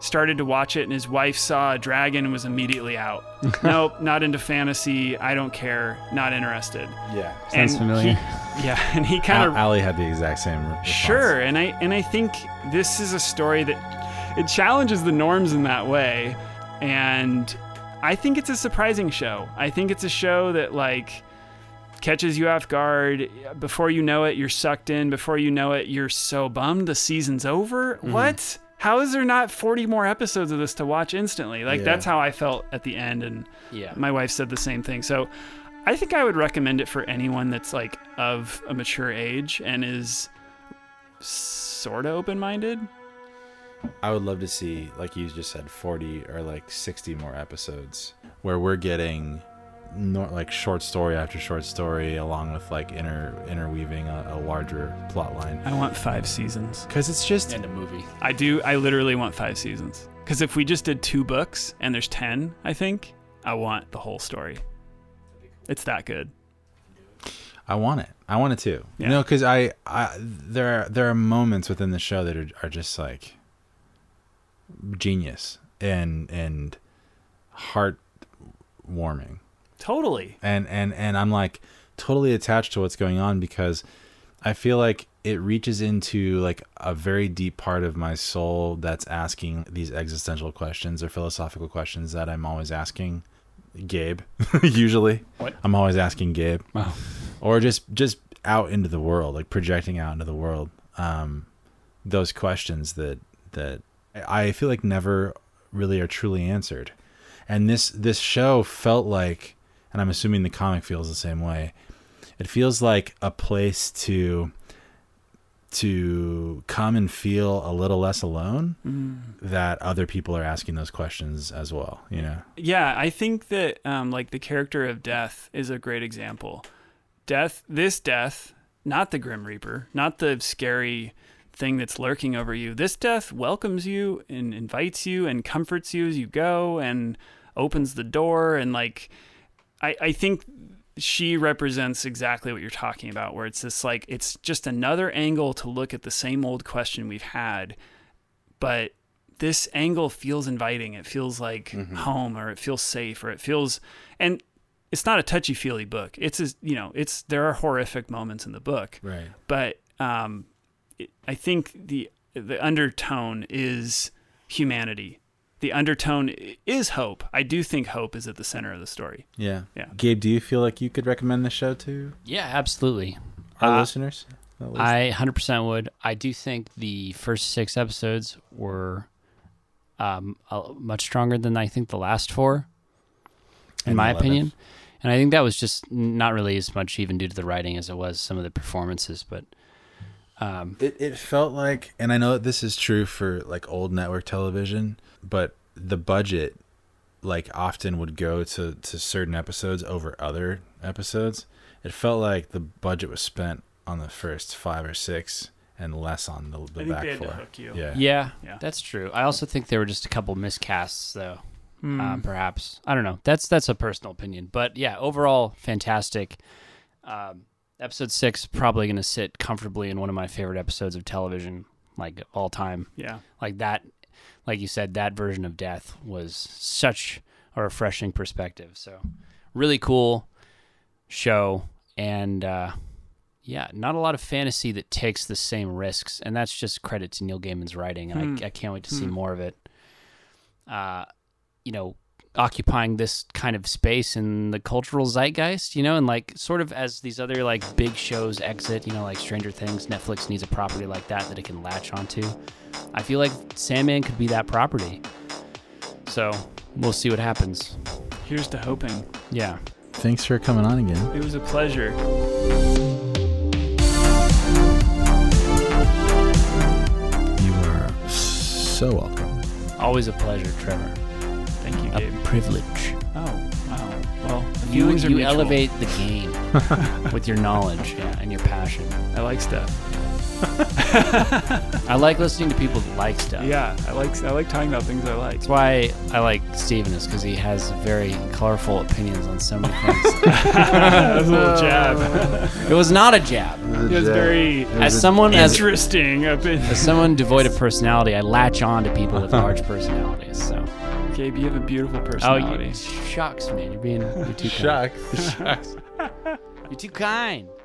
A: started to watch it and his wife saw a dragon and was immediately out nope not into fantasy i don't care not interested
C: yeah.
B: Sounds
A: and
B: familiar.
A: he- yeah and he kind
C: Al-
A: of
C: Ali had the exact same. re- response.
A: Sure, and I and I think this is a story that it challenges the norms in that way, and I think it's a surprising show. I think it's a show that like catches you off guard. Before you know it, you're sucked in. Before you know it, you're so bummed the season's over. What? How is there not 40 more episodes of this to watch instantly? Like
C: Yeah.
A: that's how I felt at the end, and
B: Yeah.
A: my wife said the same thing. So I think I would recommend it for anyone that's like of a mature age and is sort of open minded.
C: I would love to see, like you just said, forty or like sixty more episodes where we're getting, nor- like short story after short story, along with like inter interweaving a, a larger plot line.
A: I want five seasons.
C: Because it's just
B: And a movie.
A: I do. I literally want five seasons. Because if we just did two books and there's 10, I think, I want the whole story. It's that good.
C: I want it. I want it too.
A: Yeah.
C: No, because I, I there are, there are moments within the show that are, are just like genius and and heart warming
A: Totally.
C: and and and I'm like totally attached to what's going on because I feel like it reaches into like a very deep part of my soul that's asking these existential questions or philosophical questions that I'm always asking Gabe usually
A: What?
C: I'm always asking Gabe
B: Wow.
C: or just just out into the world like projecting out into the world um those questions that that I I feel like never really are truly answered and this this show felt like and i'm assuming the comic feels the same way it feels like a place to to come and feel a little less alone
A: Mm.
C: that other people are asking those questions as well you know
A: Yeah, I think that um, like the character of Death is a great example. Death, this Death, not the Grim Reaper, not the scary thing that's lurking over you. This Death welcomes you and invites you and comforts you as you go and opens the door and like I, I think she represents exactly what you're talking about, where it's this like it's just another angle to look at the same old question we've had, but this angle feels inviting. It feels like
C: Mm-hmm.
A: home, or it feels safe, or it feels and it's not a touchy feely book. It's as you know, it's there are horrific moments in the book,
C: right
A: but um, it, I think the the undertone is humanity. The undertone i- is hope. I do think hope is at the center of the story.
C: yeah
A: Yeah.
C: gabe do you feel like you could recommend the show to
B: Yeah, absolutely.
C: our
B: Uh,
C: listeners at least?
B: I 100% would. I do think the first six episodes were um, a- much stronger than I think the last four, in
C: And
B: my
C: the 11th.
B: opinion. And I think that was just not really as much even due to the writing as it was some of the performances. But um,
C: It it felt like, and I know that this is true for like old network television, but the budget like often would go to to certain episodes over other episodes. It felt like the budget was spent on the first five or six and less on the, the
A: I think
C: back
A: they had
C: four.
A: to hook you.
C: Yeah.
B: Yeah,
A: Yeah.
B: that's true. I also think there were just a couple miscasts,
A: Hmm.
B: though. Uh,
C: Hmm.
A: Um,
B: perhaps I don't know. That's that's a personal opinion, but yeah, overall, fantastic. Um, episode six probably going to sit comfortably in one of my favorite episodes of television, like all time.
A: Yeah.
B: Like that, like you said, that version of death was such a refreshing perspective. So, really cool show, and uh, yeah, not a lot of fantasy that takes the same risks, and that's just credit to Neil Gaiman's writing, and
A: Hmm.
B: I, I can't wait to see
A: Hmm.
B: more of it. Uh, you know, occupying this kind of space in the cultural zeitgeist, you know, and like sort of as these other like big shows exit, you know, like Stranger Things, Netflix needs a property like that that it can latch onto. I feel like Sandman could be that property. So we'll see what happens.
A: Here's to hoping.
B: Yeah.
C: Thanks for coming on again.
A: It was a pleasure.
C: You are so welcome.
B: Always a pleasure, Trevor.
A: Thank
C: Uh,
A: you,
B: A
A: Gabe.
B: privilege.
A: Oh, wow. Well, the
B: You,
A: feelings are
B: you
A: mutual.
B: elevate the game with your knowledge yeah, and your passion.
A: I like stuff.
B: I like listening to people that like stuff.
A: Yeah, I like I like talking about things I like.
B: That's why I like Steven is because he has very colorful opinions on so many things.
A: that was a little jab.
B: it was not a jab.
A: Oh. it was very
B: As someone as,
A: interesting up in.
B: as someone devoid of personality, I latch on to people with large personalities. So
A: Gabe, you have a beautiful
B: oh,
A: personality.
B: you, shucks, man, you're being you're too kind.
C: Shucks.
B: You're too kind.